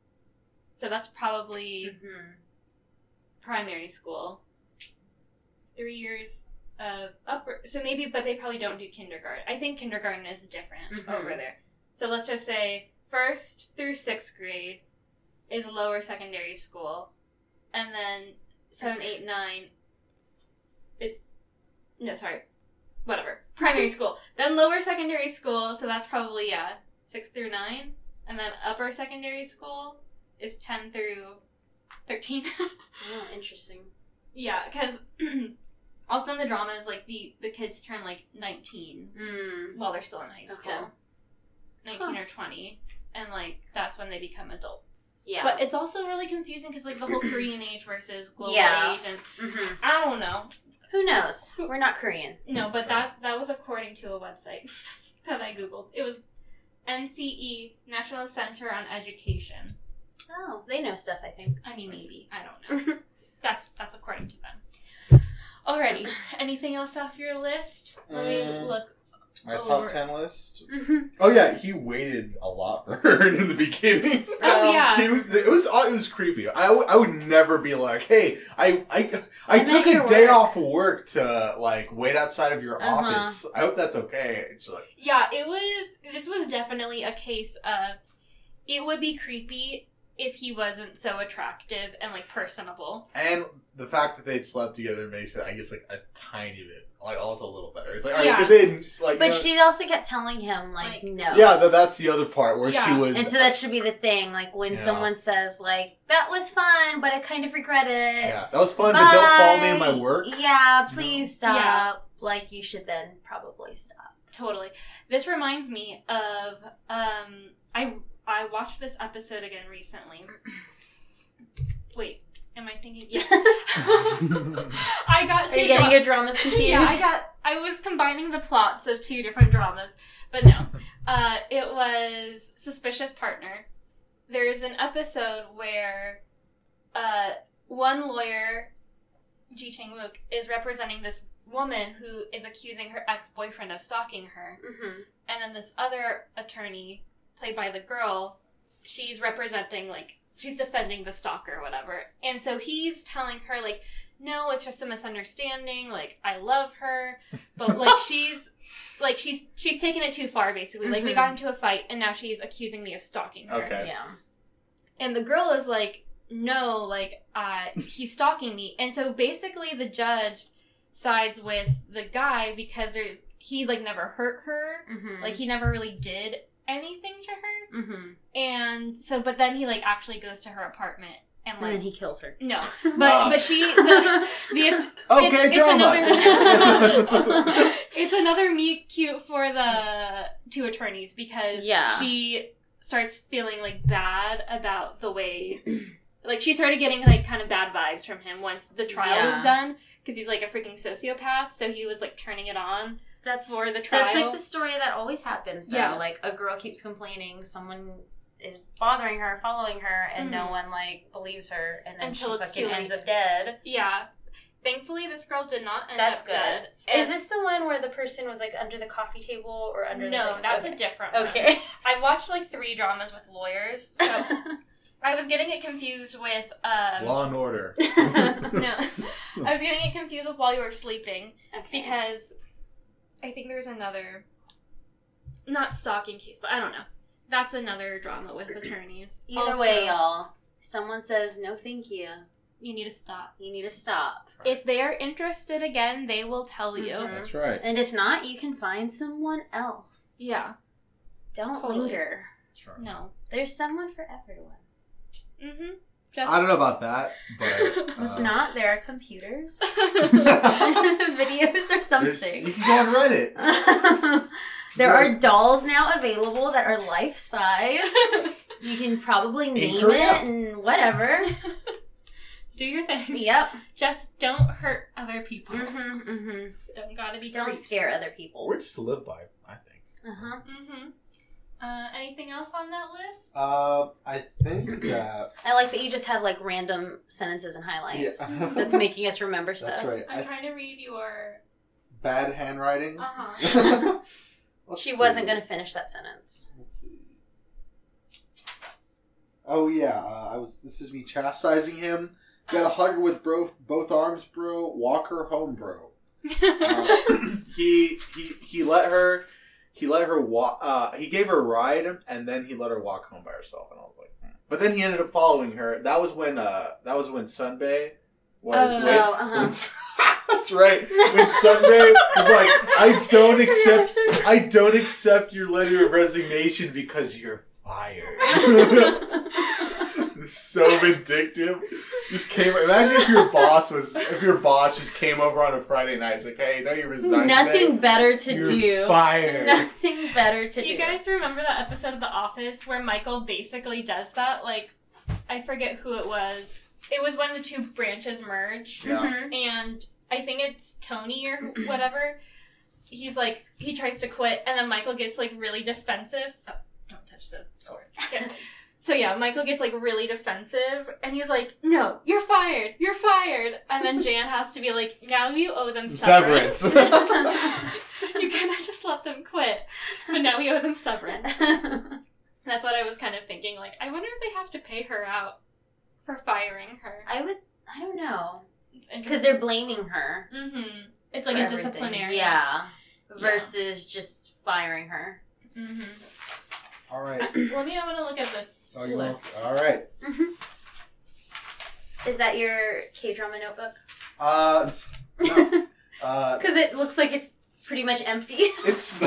So that's probably Mm-hmm. primary school. Three years of upper, so maybe, but they probably don't do kindergarten. I think kindergarten is different Mhm. over there. So let's just say first through sixth grade is lower secondary school, and then seven, eight, nine is no, sorry, whatever, primary school. Then lower secondary school, so that's probably yeah, six through nine, and then upper secondary school is ten through thirteen. Oh, interesting. Yeah, because <clears throat> also in the dramas, like the the kids turn like nineteen Mm. while they're still in high school, Okay. nineteen or twenty, and like that's when they become adults. Yeah. but it's also really confusing because like the whole Korean age versus global Yeah. age, and Mm-hmm. I don't know. Who knows? We're not Korean. No, but Sorry. that that was according to a website <laughs> that I googled. It was NCE National Center on Education. Oh, they know stuff. I think. I mean, maybe I don't <laughs> know. that's that's according to them. Alrighty, anything else off your list? Let me Mm. look Um, My Oh, Over- top ten list. <laughs> Mm-hmm. Oh yeah, he waited a lot for her <laughs> in the beginning. Oh yeah. It was it was it was creepy. I, w- I would never be like, hey, I I, I I'm took at your a day work." off work to like wait outside of your Uh-huh. office. I hope that's okay. It's like, Yeah, it was this was definitely a case of it would be creepy if he wasn't so attractive and like personable. And the fact that they'd slept together makes it, I guess, like a tiny bit, like also a little better. It's like, all right, Yeah. because they didn't, like, But no- she also kept telling him, like, Like- no. yeah, that, that's the other part where she Yeah. was. And so that should be the thing. Like, when Yeah. someone says, like, that was fun, but I kind of regret it. yeah, that was fun, but don't follow me in my Bye. work. Yeah, please No. stop. Yeah. Like, you should then probably stop. Totally. This reminds me of um I I watched this episode again recently. Wait, am I thinking <laughs> yes. <laughs> I got Are two you getting dra- your <laughs> dramas confused? Yeah, I got I was combining the plots of two different dramas, but no. Uh it was Suspicious Partner. There is an episode where uh one lawyer Ji Chang Wook is representing this woman who is accusing her ex-boyfriend of stalking her. mm-hmm. And then this other attorney, played by the girl, she's representing, like, she's defending the stalker or whatever. And so he's telling her, like, no, it's just a misunderstanding. Like, I love her. But, like, she's. Like she's she's taken it too far, basically. Like we Mhm. got into a fight, and now she's accusing me of stalking her. <laughs> Okay. Mm-hmm. Yeah. And the girl is like, no, like, uh, he's stalking me. And so basically the judge sides with the guy because there's he like never hurt her. Mm-hmm. Like he never really did anything to her. mm-hmm. And so but then he like actually goes to her apartment and And like then he Oh. kills <laughs> her. no. But Ah. but she <laughs> the, the <laughs> Oh, Okay, It's- it's drama. another- it's another meet cute for the two attorneys because Yeah. she starts feeling like bad about the way like she started getting like kind of bad vibes from him once the trial Yeah. was done because he's like a freaking sociopath so he was like turning it on <laughs> that's for the That's like trial. the story that always happens. Though. Yeah. Like a girl keeps complaining, someone is bothering her, following her, and no Mhm. one like believes her, and then Until she it's fucking too late. ends up dead. yeah thankfully this girl did not end That's up good. dead Is And- this the one where the person was like under the coffee table or under? no the that's a okay. different one. okay. <laughs> i watched like three dramas with lawyers so i was getting it confused with um <laughs> Law <laughs> and order. no <laughs> i was getting it confused with while you were sleeping Because because I think there's another not stalking case, but I don't know. That's another drama with attorneys. either Also, way, y'all, someone says no, thank you. you need to stop. You need to stop. If they are interested again, they will tell you. Mhm. That's right. And if not, you can find someone else. Yeah. Don't Totally. linger. Sure. No. There's someone for everyone. Mm-hmm. I don't know about that, <laughs> but. If uh, if not, there are computers. <laughs> there's- e- videos or You something. can go on Reddit. <laughs> there are dolls now available that are life size. You can probably name Korea. it and whatever. <laughs> <laughs> Do your thing. Yep. Just don't hurt other people. hmm hmm Don't gotta be Don't creeps. scare other people. Words to live by, I think. Uh-huh. Mm-hmm. Uh, anything else on that list? Uh, I <clears throat> think that. I like that you just have like random sentences and highlights. Yeah. <laughs> That's making us remember stuff. That's right. I'm I- trying to read your. bad handwriting. Uh huh. <laughs> Let's Oh. She see. wasn't going to finish that sentence. Let's see. Oh yeah, uh, I was. This is me chastising him. Got a hugger with bro, both arms, bro. Walk her home, <laughs> bro. Uh, <clears throat> he he he let her. He let her walk. Uh, he gave her a ride, and then he let her walk home by herself. And I was like, hmm. but then he ended up following her. That was when. Uh, that was when Sunbei was. Oh. with- Oh, uh-huh. <laughs> That's right. When Sunbei was like, I <laughs> don't accept I don't accept your letter of resignation because you're fired. <laughs> <laughs> so vindictive. Just came. Imagine if your boss was, if your boss just came over on a Friday night. It's like, hey, no, you resigned. Nothing today. better to You're do. <laughs> Fired. Nothing better to Do you guys remember that episode of The Office where Michael basically does that? Like, I forget who it was. It was when the two branches merge, Yeah. Mhm. and I think it's Tony or who- whatever. He's like, he tries to quit, and then Michael gets like really defensive. Oh, don't touch the sword. <laughs> Okay. So yeah, Michael gets like really defensive, and he's like, "No, you're fired, you're fired." And then Jan has to be like, "Now you owe them severance. Severance. <laughs> you cannot just let them quit, but now we owe them severance." That's what I was kind of thinking. Like, I wonder if they have to pay her out for firing her. <laughs> I would. I don't know It's because they're blaming her. Mm-hmm. It's for like a everything. disciplinary. Yeah. Versus just firing her. Mm-hmm. <laughs> All right. Let me. I want to look at this Oh, you list. want- All right. Is that your K drama <laughs> notebook? Uh, no. uh, Because it looks like it's pretty much empty. <laughs> it's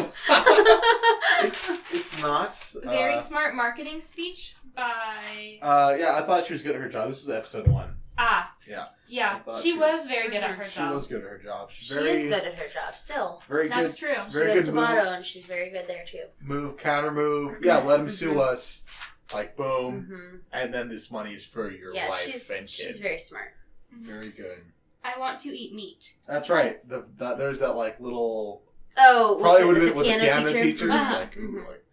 it's it's not. Very Uh, smart marketing speech by uh, yeah, I thought she was good at her job. This is episode one. Ah. Yeah. I Yeah. thought She she- was very good at her <laughs> She job. was good at her job. She's she very, is good at her job still. very That's good. true. Very she goes good to move. Mono and she's very good there too. Move, counter <laughs> move. Yeah, let him sue us. Like boom, hmm and then this money is for your Yeah, wife she's and kid. she's very smart. very good. I want to eat meat. <laughs> That's right. The, that there's that like little Oh, probably would with have the, been the with the piano, piano teacher. teacher. It's Uh-huh. Like, ooh, like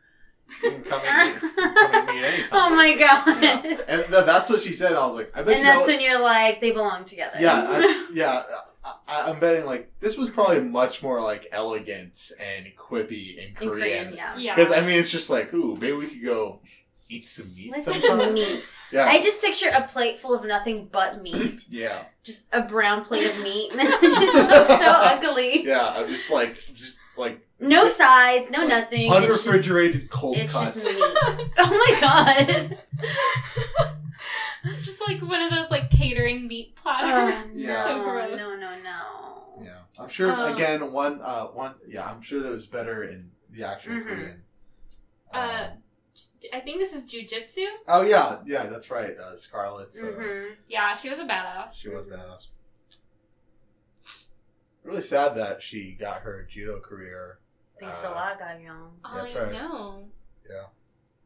you can come and meet, come and meet anytime. <laughs> oh my <laughs> god. Yeah. And th- that's what she said. I was like, I bet And you. know that's what- when you're like, they belong together. <laughs> yeah, I, yeah. I- I, I'm betting like this was probably much more like elegant and quippy in in Korean, Korean. yeah. Yeah. Because I mean, it's just like, ooh, maybe we could go eat some meat Let's eat sometime. meat. yeah, I just picture a plate full of nothing but <clears throat> meat. yeah, Just a brown plate of <laughs> meat. <laughs> And it just looks so ugly. yeah. I'm just like, just like No sides, no nothing. It's just, unrefrigerated cold it's cuts. just meat. <laughs> Oh my <laughs> god. <laughs> <laughs> Just like one of those like catering meat Uh. platters. Oh, Yeah. So no, gross. no, no, no. Yeah, I'm sure. Um, again, one, uh, one. Yeah, I'm sure that was better in the actual Mhm. Korean. Uh, Um, <laughs> I think this is jujitsu. oh yeah, yeah, that's right. Uh, Scarlet. Uh, Mhm. Yeah, she was a badass. She was badass. Really sad that she got her judo career. Thanks a uh, lot, Gagnon. That's I right. know. Yeah.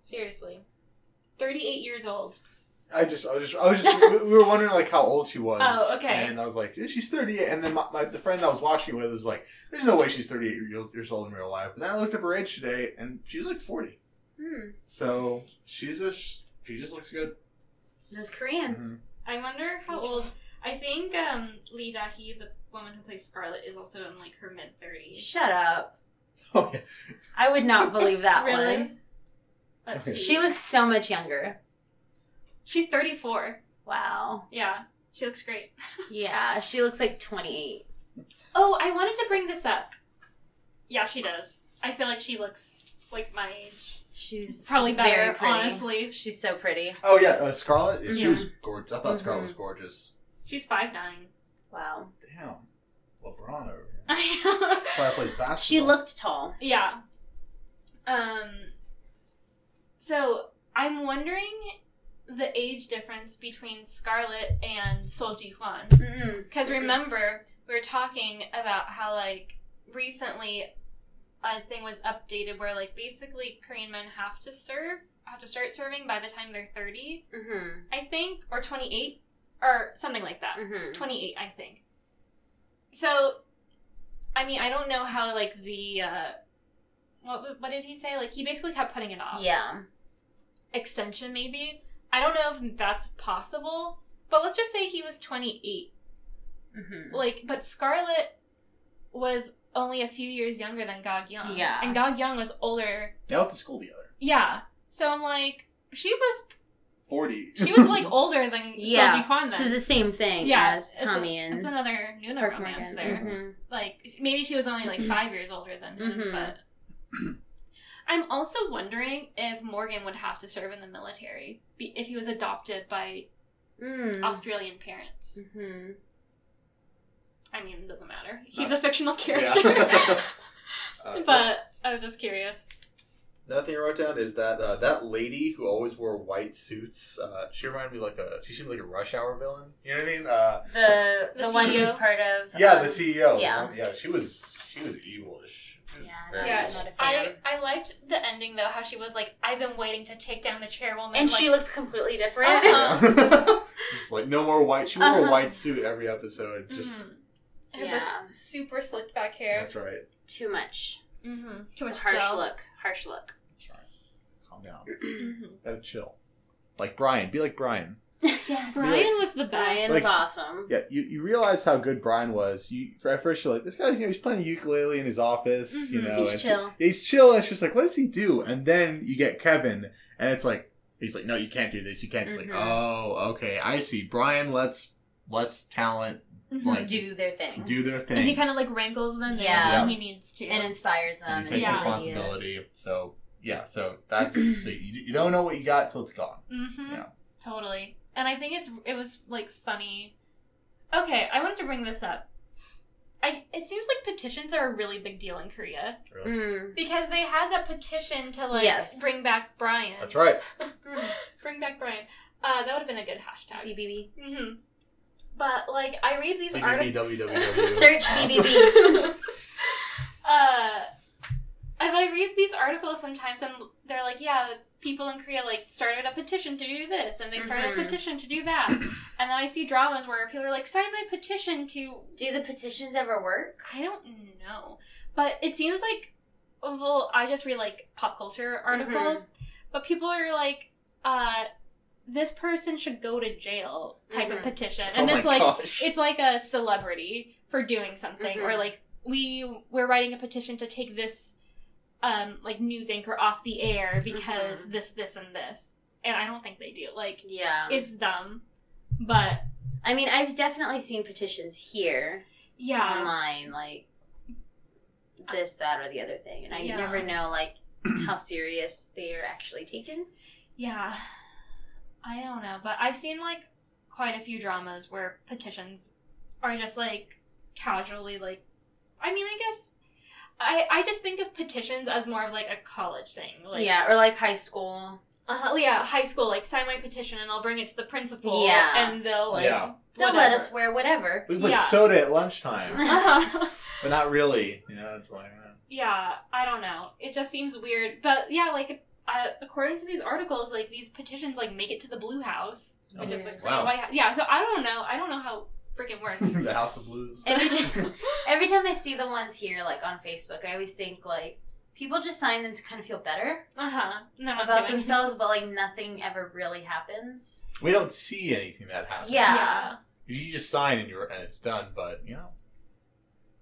Seriously. 38 years old. I just, I was just, I was just, we we were wondering like how old she was. Oh, okay. And I was like, "Yeah, she's 38. And then my, my the friend I was watching with was like, there's no way she's 38 years, years old in real life. And then I looked up her age today, and she's like 40. Hmm. So she's a, sh- she just looks good. Those Koreans. Mhm. I wonder how old. I think um, Lee Dahi, the woman who plays Scarlet, is also in like her mid 30s. Shut up. <laughs> Oh yeah. I would not believe <laughs> that Really? one. Let's Okay. see. She looks so much younger. She's 34. Wow. Yeah. She looks great. Yeah, she looks like 28. Oh, I wanted to bring this up. Yeah, she does. I feel like she looks like my age. She's Probably very better, pretty. honestly. She's so pretty. Oh yeah. Uh, Scarlet. She Yeah. Mm-hmm. was gorgeous. I thought Scarlet Mhm. was gorgeous. She's 5'9. Wow. Damn. LeBron over here. That's why I I plays basketball. She looked tall. <laughs> Yeah. Um so I'm wondering the age difference between Scarlet and Sol Ji Hwan. Mm-mm. Because remember, we were talking about how like recently a thing was updated where like basically Korean men have to serve have to start serving by the time they're thirty, Mm-hmm. I think, or twenty eight or something like that. Mm-hmm. 28 i think so i mean i don't know how like the uh what, what did he say like he basically kept putting it off Yeah. extension maybe i don't know if that's possible but let's just say he was 28 Mm-hmm. like but scarlett was only a few years younger than gog young Yeah. and gog young was older They went to school together. yeah so i'm like she was 40. she was <laughs> like older than Yeah. yeah Kwan This is the then same thing Yeah, as it's a- Tommy it's and another Nuna Park romance Morgan. Mm-hmm. there Mhm. like maybe she was only like five years older than him, Mhm. <clears throat> but I'm also wondering if Morgan would have to serve in the military be- if he was adopted by Mm. Australian parents. Mhm. I mean, it doesn't matter. No. He's a fictional <laughs> character, <laughs> Yeah. <laughs> Uh, but I was just curious. Another thing I wrote down is that uh, that lady who always wore white suits. Uh, she reminded me like a. She seemed like a Rush Hour villain. You know what I mean? Uh, The the, The one who's CEO. part of yeah, um, the E CEO. yeah. yeah. She was. She was evilish. She was Yeah, very Yeah, I'm not a I, fan. I liked the ending though, how she was like, I've been waiting to take down the chairwoman. And like, she looked completely different. Um, <laughs> Uh-huh. evil. just like no more white. She wore a Uh-huh. Mm-hmm. white suit every episode. Just mhm. It had Yeah. this super slicked back hair. that's right. Too much. mm-hmm. Too It's much a harsh gel. look. Harsh look. That's right. Calm down. Mhm. Gotta chill. Like Brian. Be like Brian. <laughs> yes. Brian was the best. Brian's Like- awesome. Yeah, you, you realize how good Brian was. You at first you're like, this guy, you know, he's playing ukulele in his office. You Mhm. know, Mm-hmm. He's and she- chill. he's chill. And she's like, what does he do? And then you get Kevin, and it's like, he's like, no, you can't do this. You can't. It's Mhm. Mm-hmm. like, oh, okay, I see. Brian lets lets talent Mhm. like Do their thing. do their thing. And he kind of like wrangles them Yeah. yeah. when Uh, he needs to. and inspires them. And he takes Yeah. his responsibility. <clears throat> So yeah, so that's so you, you don't know what you got till it's gone. hmm Yeah. Totally. and I think it's it was like funny. Okay, I wanted to bring this up. I it seems like petitions are a really big deal in Korea Really? Mm. because they had that petition to like Yes. bring back Brian. Mm-hmm. That's right. Bring back Brian. Uh, that would have been a good hashtag. BBB. hmm But like I read these articles. <laughs> BBBWWW. <laughs> Search BBB. uh, <laughs> I but uh, I read these articles sometimes, and they're like, yeah, people in Korea like started a petition to do this, and they started a Mhm. petition to do that, and then I see dramas where people are like, sign my petition to Do the petitions ever work? I don't know, but it seems like well, I just read like pop culture articles, but people are like, uh, this person should go to jail type Mhm. of petition, Oh and my it's like gosh. it's like a celebrity for doing something or Mhm. like we we're writing a petition to take this um like news anchor off the air because this this and this and i don't think they do like Yeah. it's dumb but I mean, I've definitely seen petitions here yeah online, like this, that, or the other thing, and I Yeah. never know like how serious they are actually taken. yeah i don't know but i've seen like quite a few dramas where petitions are just like casually like i mean i guess i i just think of petitions as more of like a college thing like yeah, or like high school. Uh, yeah, high school, like sign my petition and I'll bring it to the principal. Yeah. and they'll like Yeah. They'll whatever. let us wear <laughs> whatever. We put Yeah. soda at <laughs> lunchtime, Uh-huh. but not really. You know, it's like uh, yeah, I don't know. It just seems weird, but yeah, like uh, according to these articles, like these petitions like make it to the Blue House, which is Oh, like wow. White House. yeah. So I don't know. I don't know how freaking <laughs> works. the House of Blues. <laughs> <laughs> Every <laughs> time, every time I see the ones here, like on Facebook, I always think like people just sign them to kind of feel better uh huh. about themselves, but like nothing ever really happens. We don't see anything that happens. Yeah. Yeah, You just sign and you're and it's done, but you know.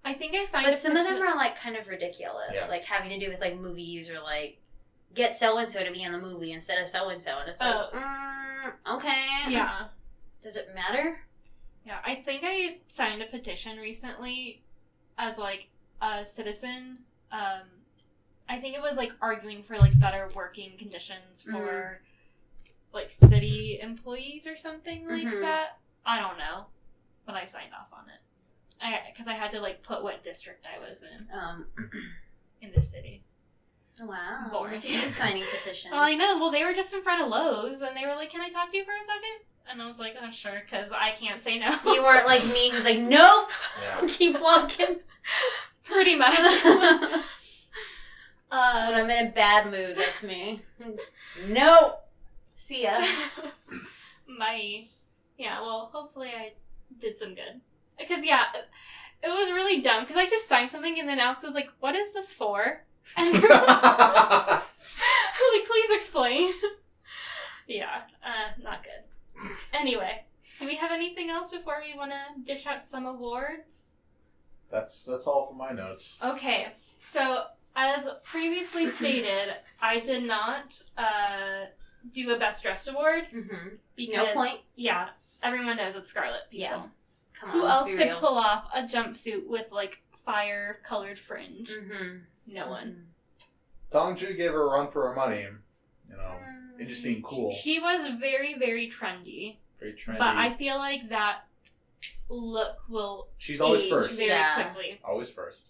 I think I signed. But a some of them petition- are like kind of ridiculous, Yeah. like having to do with like movies or like get so and so to be in the movie instead of so and so, and it's like, Oh. mm, okay, Yeah, does it matter? yeah. I think I signed a petition recently as like a citizen um i think it was like arguing for like better working conditions for like city employees or something like Mhm. that i don't know but i signed off on it i because i had to like put what district i was in Um, oh, in the city wow, <laughs> Boring. He's signing petitions. well i know well they were just in front of lowe's and they were like can i talk to you for a second and i was like oh sure because i can't say no <laughs> You weren't like me, who's like, nope, <laughs> Yeah. <laughs> keep walking. pretty much <laughs> when uh, I'm in a bad mood, that's me. <laughs> nope. <laughs> See ya. my yeah well hopefully i did some good because yeah it was really dumb because i just signed something and then alex was like what is this for <laughs> and they were like, like please explain <laughs> yeah uh, not good anyway do we have anything else before we want to dish out some awards That's that's all for my notes. Okay, so as previously stated, I did not uh, do a best dressed award Mm-hmm. because point. yeah, everyone knows it's Scarlet. People. Yeah. Come on. Who let's else be could real. pull off a jumpsuit with like fire colored fringe? Mhm. No one. Dongju gave her a run for her money. You know, and just being cool, Mm, She was very very trendy, very trendy. but I feel like that look will She's always age first. very Yeah. quickly. Always first.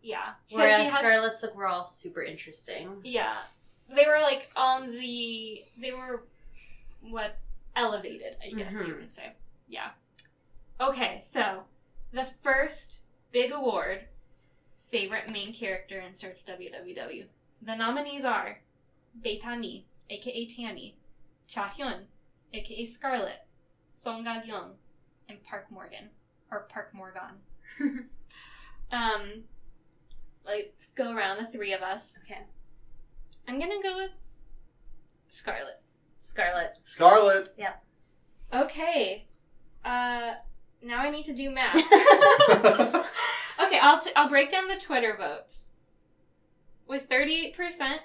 Yeah, 'Cause Whereas she has- Scarlet's look, we're all super interesting. Yeah. They were like on the they were what elevated, I guess you Mhm. could say. Yeah. Okay, so the first big award favorite main character in search www. The nominees are Beitami, aka Tammy, Cha Hyun, aka Scarlet, Song Ga Young, and Park Morgan or Park Morgan. um let's go around the three of us. Okay. I'm gonna go with Scarlet. <laughs> <laughs> Scarlet. <laughs> Scarlet. Okay. Uh, now I need to do <laughs> math. That's okay, I'll t- I'll break down the Twitter votes. With thirty eight percent,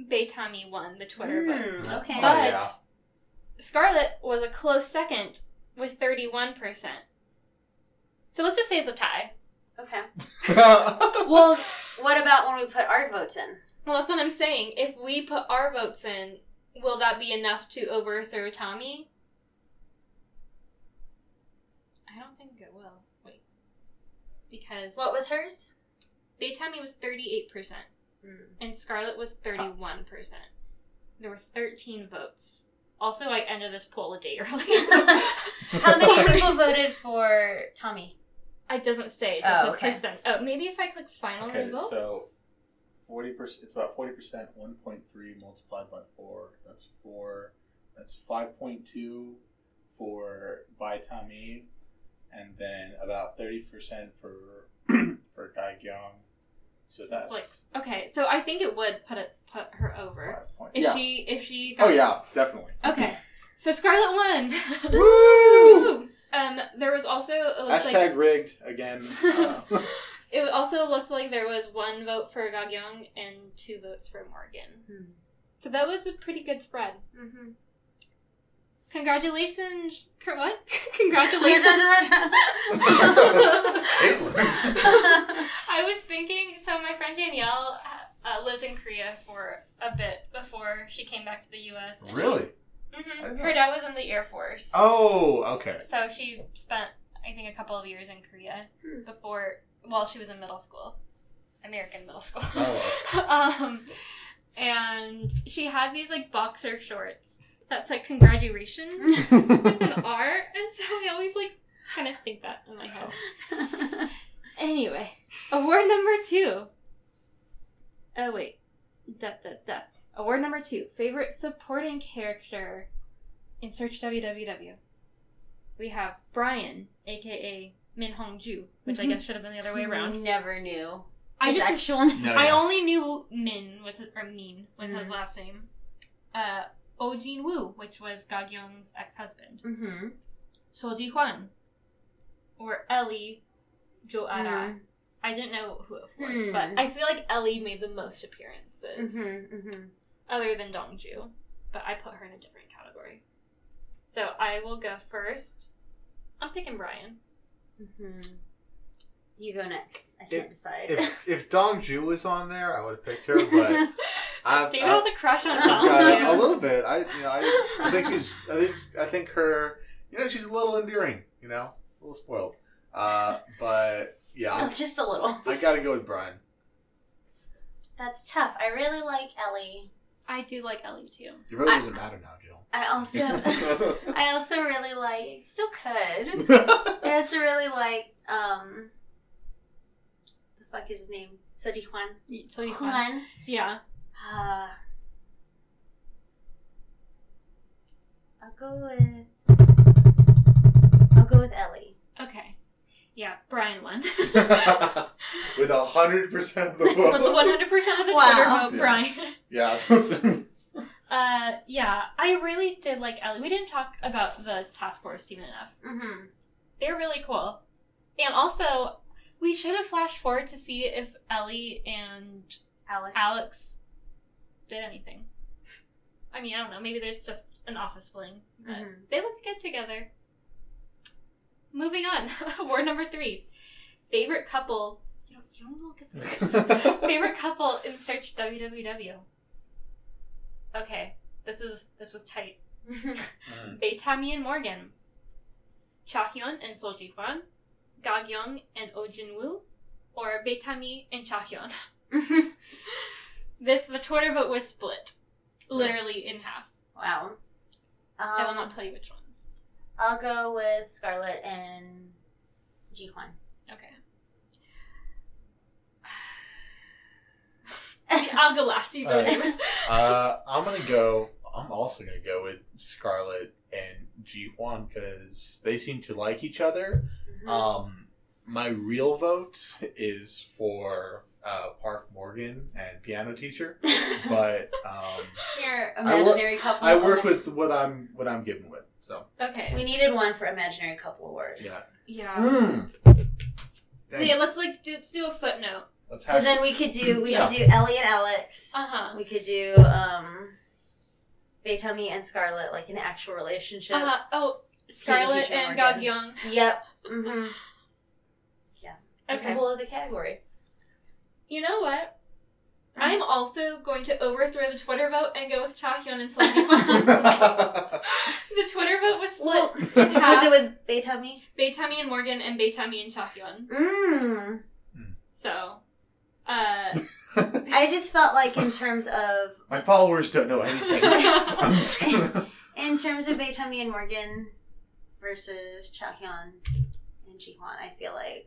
Beitami won the Twitter vote, Hmm, okay. Oh, but yeah. Scarlet was a close second with thirty one percent. So let's just say it's a tie. okay. yeah, Well, what about when we put our votes in? Well, that's what I'm saying. If we put our votes in, will that be enough to overthrow Tommy? I don't think it will. Wait. Because What was hers? Baytami was 38% and Scarlet was Ah. 31%. There were 13 votes. Also, I ended this poll a day <laughs> <laughs> early. How <laughs> many <laughs> Sorry. people voted for Tommy? It doesn't say. It just Oh, says okay. percent. Oh, maybe if I click final Okay, results. so forty percent. It's about forty percent. One point three multiplied by four. That's four. That's five point two for by Tommy, and then about thirty percent for <clears throat> for Guy Gyung. So that's like Okay, so I think it would put it put her over. five point. If Yeah. she if she Oh got yeah, definitely. <laughs> Okay. So Scarlet <laughs> won. Woo! um there was also it looks Hashtag like rigged <laughs> again. Uh, It also looked like there was one vote for Gagyong and two votes for Morgan. So that was a pretty good spread. Mm-hmm. Congratulations, Cur- what? Please <laughs> Congratulations. I was thinking, so my friend Danielle uh, uh, lived in Korea for a bit before she came back to the U.S. and she- <laughs> Really? Mhm. I didn't know. Her dad was in the Air Force. Oh, <laughs> okay. So she spent, I think, a couple of years in Korea Hmm. before, while she was in middle school, American middle school. Oh, <laughs> um, and she had these like boxer shorts that's like congratulations Hmm. with an R, and so I always like kind of think that in my head. Anyway, <laughs> award number two. Oh wait, da da da. Award number two, favorite supporting character. In search www, we have Brian, aka Min Hong Ju, which I guess should have been the other way around. Never knew. I His just actual name. No, I Oh, yeah. only knew Min was his, or Min was his Mhm. last name. Uh, Oh Jin Woo, which was Ga Gyung's ex-husband. Mm-hmm. Seo Ji Hwan, or Ellie Jo Ara. Mhm. I didn't know who it was, Hmm. but I feel like Ellie made the most appearances, Mm-hmm. other than Dongju. But I put her in a different category. So I will go first. I'm picking Brian. Mm-hmm. You go next. I If- can't decide. If if Dong Ju was on there, I would have picked her, but <laughs> <laughs> I've, David I've has a crush on I've I've Uh, <laughs> got a Dongju. little bit. I you know I, <laughs> I think she's I think I think her you know she's a little endearing. You know, a little spoiled. Uh, but yeah, Oh, <laughs> I'm- just a little. I got to go with Brian. That's tough. I really like Ellie. I do like Ellie too. Your vote I- doesn't matter now, Jill. I also, <laughs> I also really like. Still could. I also really like um the fuck is his name? Soji Juan. So you can. Yeah. Uh, I'll go with I'll go with Ellie. Okay. Yeah, Brian <laughs> won. with a hundred percent of the With the 100% vote. of the Wow. Twitter vote, Yeah. Brian. yeah. so it's- Uh, yeah, I really did like Ellie. We didn't talk about the task force team enough. Mm-hmm. They're really cool. And also, we should have flashed forward to see if Ellie and Alex. Alex did anything. I mean, I don't know. Maybe it's just an office fling. But Mhm. They looked good together. Moving on. <laughs> Award number three. Favorite couple. You don't, you don't look at this. Favorite couple in search www. Okay, this is this was tight. Mm. Baitami and Morgan, Chahyun and Seo Ji Hwan, Gagyung and Oh Jin Woo, or Baitami and <laughs> Chahyun. This the Twitter vote was split, literally in half. <laughs> wow. Um, I will not tell you which ones. I'll go with Scarlett and Ji Juan. <laughs> Okay. <laughs> I'll go last. You go, Alright. David. <laughs> Uh, I'm gonna go. I'm also gonna go with Scarlett and Ji Hwan because they seem to like each other. Mm-hmm. Um, my real vote is for uh, Park Morgan and piano teacher, but um, Your I work- imaginary <laughs> couple. I work with what I'm what I'm given with. So Okay. We needed one for imaginary couple award. yeah, Yeah. mm. So yeah, let's like do, let's do a footnote. let's Because have then we could do we Yeah. could do Ellie and Alex. Uh huh. We could do um Beitami and Scarlet, like an actual relationship. Uh, oh, Scarlet teacher and Morgan. Gog Yep. Mm-hmm. That's a Okay. whole other category. You know what? Mm. I'm also going to overthrow the Twitter <laughs> vote and go with Chahyun and Song. the Twitter vote was split in half. Was Ralph, it with Beethoven? Beitami and Morgan, and Beitami and Chahyun. Mmm. So, uh, <laughs> <laughs> I just felt like in terms of My followers don't know anything. <laughs> I'm just gonna. in terms of Beitami and Morgan versus Chahyun and Jihyun, I feel like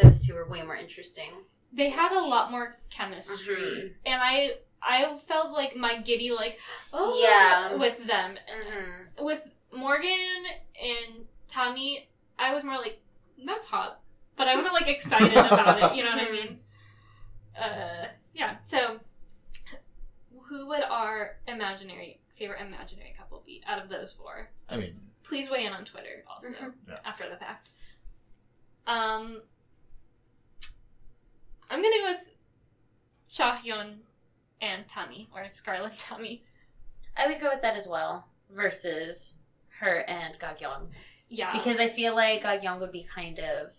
those two were way more interesting. they had a lot more chemistry, Mhm. and I I felt like my giddy like oh Yeah. with them Mm-hmm. with Morgan and Tommy. I was more like that's hot, but I wasn't like excited about it. You know <laughs> Mm-hmm. what I mean? Uh, yeah. So, who would our imaginary favorite imaginary couple be out of those four? I mean, please weigh in on Twitter also Mhm. Yeah. after the fact. Um, I'm gonna go with Chahyun and Tommy or Scarlet Tommy. I would go with that as well versus her and Gagyeong Yeah, because I feel like Gagyeong would be kind of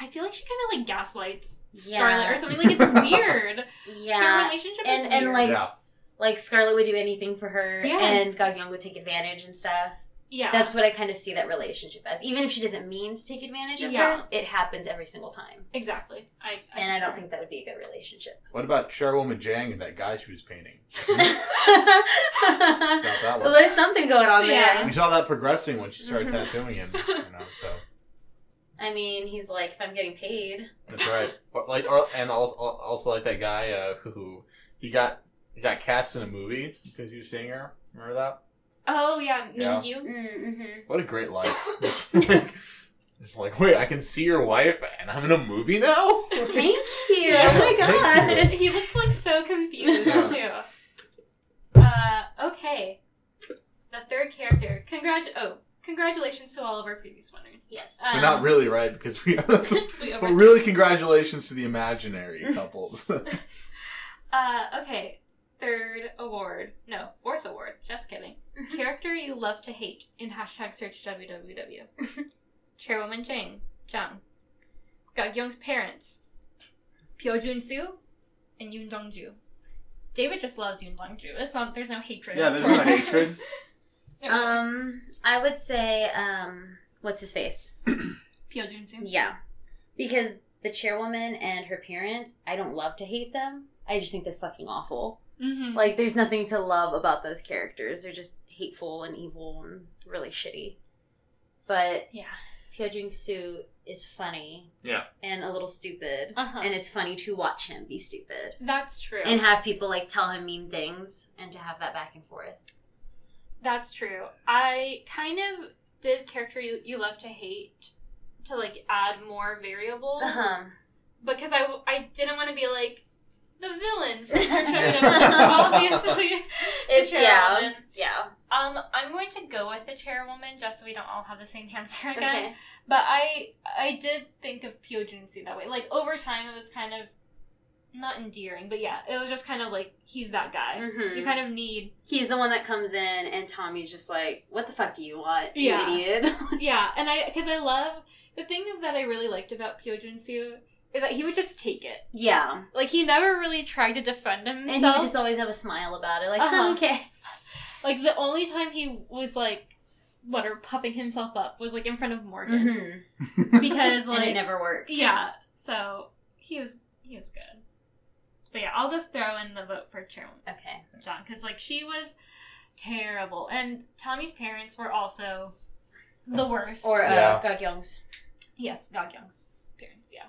I feel like she kind of like gaslights Yeah. Scarlet or something. Like <laughs> it's weird. Their yeah relationship is and and weird. like Yeah. like Scarlet would do anything for her Yes. and Gagyeong would take advantage and stuff. yeah, That's what I kind of see that relationship as. Even if she doesn't mean to take advantage of Yeah. her, it happens every single time. exactly. I, I And I don't concur. think that would be a good relationship. what about Chairwoman Jang and that guy she was painting? well, About that one. there's something going on Yeah. there. We saw that progressing when she started Mhm. tattooing him. You know, so I mean, he's like, if I'm getting paid. that's right. Or, like, or, and also, also like that guy uh, who he got he got cast in a movie because he was seeing her. Remember that? Oh yeah, Yeah. Mingyu. Mm-hmm. What a great life! Just like, just like, wait, I can see your wife, and I'm in a movie now. Thank you. <laughs> Yeah, oh my thank <laughs> god. he looked like so confused too. Yeah. Uh, okay, the third character. Congrat. Oh, congratulations to all of our previous winners. <laughs> Yes. Um, but not really, right? Because we. <laughs> That's, <laughs> <laughs> we but Oh, over- really, congratulations to the imaginary couples. uh, okay, third award. No, fourth award. Just kidding. Character you love to hate in hashtag search www. <laughs> Chairwoman Jang, Jang, Gak Young's parents, Pyo Jun Soo, and Yoon Dong Ju. David just loves Yoon Dong Ju. It's not. There's no hatred. yeah, <laughs> there's no Right. hatred. Um, I would say, um, what's his face? Pyo Jun Soo. Yeah. Because the chairwoman and her parents, I don't love to hate them. I just think they're fucking awful. Mm-hmm. Like, there's nothing to love about those characters. They're just hateful and evil and really shitty. But Yeah. Pyo Jung Soo is funny. Yeah. And a little stupid. Uh huh. And it's funny to watch him be stupid. That's true. And have people like tell him mean things and to have that back and forth. That's true. I kind of did character you, you love to hate to like add more variables Uh-huh. because I, w- I didn't want to be like the villain <laughs> from Search Yeah. Engine Light, obviously. <laughs> It's The yeah. chairwoman. Yeah. Um, I'm going to go with the chairwoman just so we don't all have the same answer again. Okay. But I I did think of Pyo Junsi that way. Like over time, it was kind of not endearing, but yeah, it was just kind of like he's that guy. Mhm. You kind of need He's the one that comes in and Tommy's just like, What the fuck do you want, you Yeah. idiot? <laughs> Yeah, and I because I love the thing that I really liked about Pyo Junsu is that he would just take it. yeah. Like he never really tried to defend And himself. he would just always have a smile about it, like, Uh-huh. "Huh, okay. like the only time he was like whatever puffing himself up was like in front of Morgan Mm-hmm. because <laughs> and it like never worked. yeah, so he was he was good. But yeah, I'll just throw in the vote for Chairwoman Okay. John because like she was terrible, and Tommy's parents were also the worst. Or uh, Yeah. Gagyeong's. yes, Gog Young's parents. Yeah.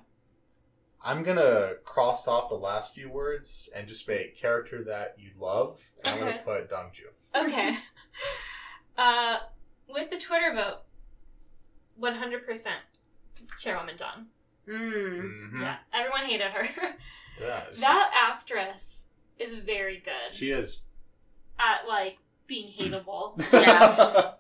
I'm gonna cross off the last few words and just make character that you love. And I'm Okay. gonna put Dongju. Okay. <laughs> uh, with the Twitter vote, 100% Chairwoman Dawn. Mm. Mm-hmm. Yeah, everyone hated her. <laughs> Yeah, she- that actress is very good she is. at like <laughs> being hateable. Yeah.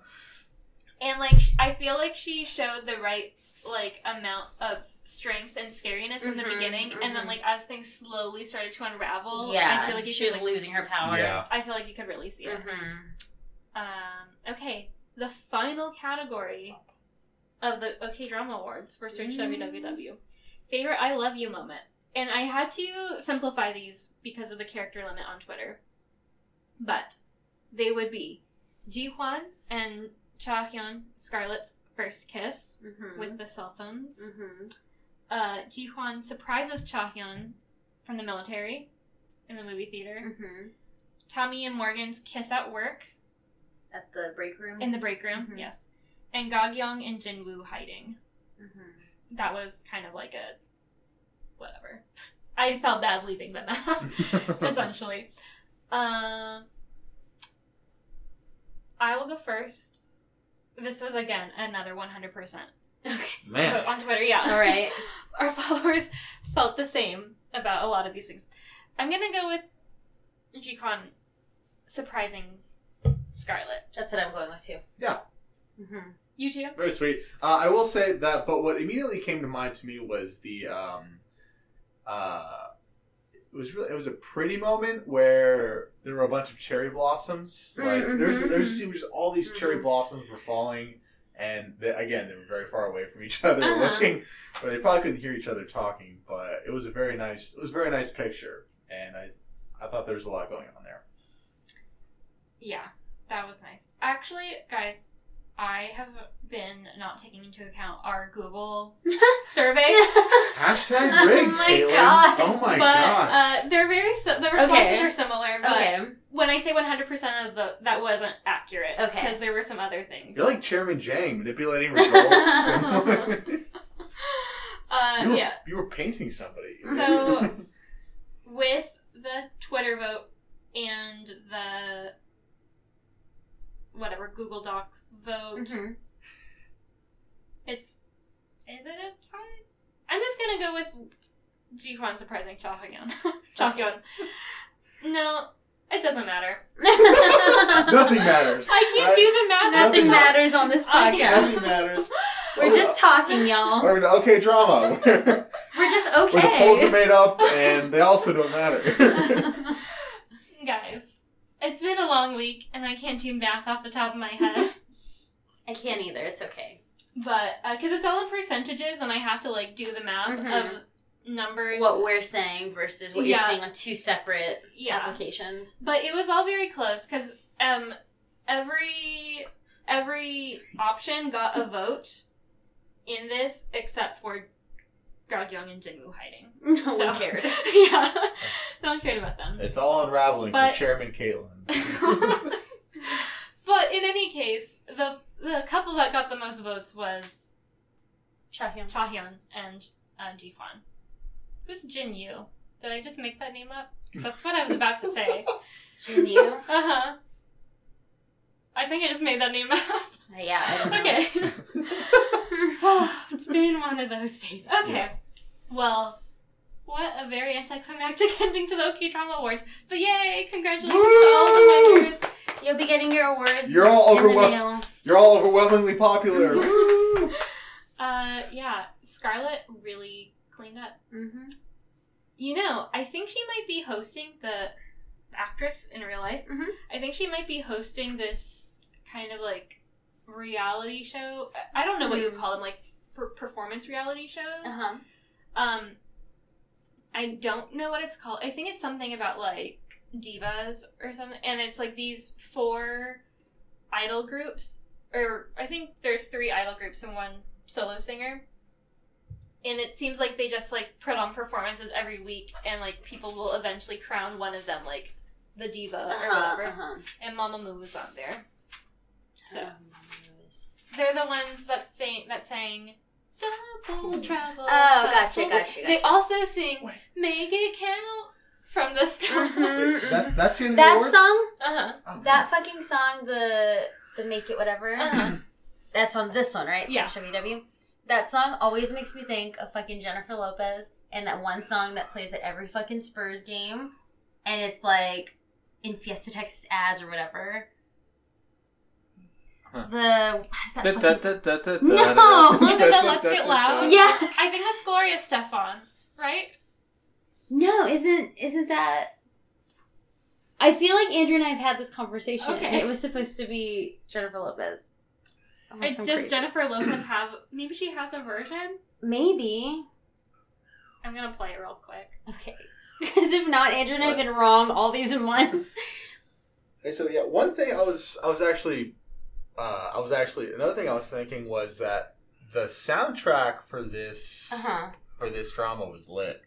and like sh- I feel like she showed the right like amount of strength and scariness in the Mhm, beginning and then mhm. like as things slowly started to unravel, Yeah. I feel like you she could, was like, losing her power. Yeah. I feel like you could really see it. Mm-hmm. Um, okay, the final category of the OK Drama Awards for Search Mm. WWW favorite I love you moment, and I had to simplify these because of the character limit on Twitter, but they would be Ji Hwan and Cha Hyun, Scarlett's first kiss Mm-hmm. with the cell phones. mm-hmm. Uh, Ji Hwan surprises Cha Hyun from the military in the movie theater. Mm-hmm. Tommy and Morgan's kiss at work At the break room. in the break room. Mhm. Yes. And Gogyeong and Jinwoo hiding. mm-hmm. That was kind of like a whatever. <laughs> I felt bad leaving them <laughs> out. essentially. Um, I will go first. This was again another 100% Okay. vote on Twitter. Yeah, All right. <laughs> Our followers felt the same about a lot of these things. I'm gonna go with Jikon surprising Scarlet. <laughs> That's what I'm going with too. Yeah. Mm-hmm. You too. Very sweet. Uh, I will say that, but what immediately came to mind to me was the, um, uh, it was really it was a pretty moment where there were a bunch of cherry blossoms. Like Mm, there's mhm, there's it was just all these cherry Mhm. blossoms were falling, and they, again they were very far away from each <laughs> other. Uh-huh. Looking, but they probably couldn't hear each other talking. But it was a very nice it was a very nice picture, and I I thought there was a lot going on there. Yeah, that was nice. Actually, guys, I have been not taking into account our <laughs> Google survey. Hashtag rigged, Oh my Caitlin. God. Oh my but gosh. uh, they're very si- the responses Okay. are similar. But okay. when I say 100% of the that wasn't accurate Okay. because there were some other things. <gasps> You're like Chairman Jang <laughs> manipulating results. Uh, <laughs> you, were, yeah. you were painting somebody. So with the Twitter vote and the whatever Google Doc vote, Mhm. it's is it a tie? I'm just gonna go with Ji Hwan surprising Cha Hyun. <laughs> Cha Hyun. No, it doesn't matter. <laughs> Nothing matters. <laughs> I can't right? do the math. at the <laughs> Nothing top. matters on this I podcast. Nothing <laughs> matters. We're just talking, y'all. <laughs> We're in okay drama. <laughs> Where, We're just where the polls are okay. <laughs> made up and they also don't matter. Guys, it's been a long week and I can't do math off the top of my head. <laughs> I can't either. It's okay. but because it's all in percentages and I have to like do the math of Mhm. numbers. What we're saying versus what Yeah. you're seeing on two separate yeah. applications. But it was all very close because um, every every option got a vote in this except for Gogyeong and Jinwoo hiding. <laughs> <laughs> No So- one <laughs> cared. yeah, no one cared about them. it's all unraveling But- for Chairman Caitlin. <laughs> <laughs> But in any case, the the couple that got the most votes was Cha Hyun and uh, Ji Hwan. Who's Jin Yu? Did I just make that name up? 'Cause That's what I was about to say. uh And you? Uh, huh. Uh-huh. I think I just made that name up. yeah. I don't know. okay. it's been one of those days. Okay. Well, what a very anticlimactic <laughs> ending to the OK Drama Awards. But yay! Congratulations to all the Woo! winners. You'll be getting your awards. You're all in the overwhelmed. mail. You're all <laughs> overwhelmingly popular. Uh, yeah, Scarlett really cleaned up. Mhm. You know, I think she might be hosting the actress in real life. Mhm. I think she might be hosting this kind of like reality show. I- I don't know what you would Mhm. call them, like per- performance reality shows. Uh-huh. Um, I don't know what it's called. I think it's something about like divas or something, and it's like these four idol groups, or I think there's three idol groups and one solo singer. And it seems like they just like put on performances every week, and like people will eventually crown one of them like the diva or Uh-huh. whatever. uh-huh. And Mama Moo was on there. So Um, they're the ones that sing that sang double trouble. Oh, gotcha, Double- gotcha, gotcha. They also sing Wait. "Make It Count" from the <laughs> start. Mhm. <laughs> Wait, that, that's your That song, Uh-huh. Oh, man. that fucking song, the the make it whatever. Uh-huh. <clears throat> That's on this one, right? Yeah. WW. That song always makes me think of fucking Jennifer Lopez and that one song that plays at every fucking Spurs game, and it's like in Fiesta Texas ads or whatever. Huh. The what is that? fucking song? <laughs> No! It's about Let's Get Loud. Yes. I think that's Gloria Stefan, right? No, isn't isn't that? I feel like Andrew and I have had this conversation. Okay. and it was supposed to be Jennifer Lopez. It, Unless I'm does crazy. Jennifer Lopez have? Maybe she has a version. Maybe. I'm gonna play it real quick. Okay. <laughs> Because if not, Andrew and I have been wrong all these <laughs> months. Hey, so yeah, one thing I was I was actually uh, I was actually another thing I was thinking was that the soundtrack for this Uh-huh. for this drama was lit.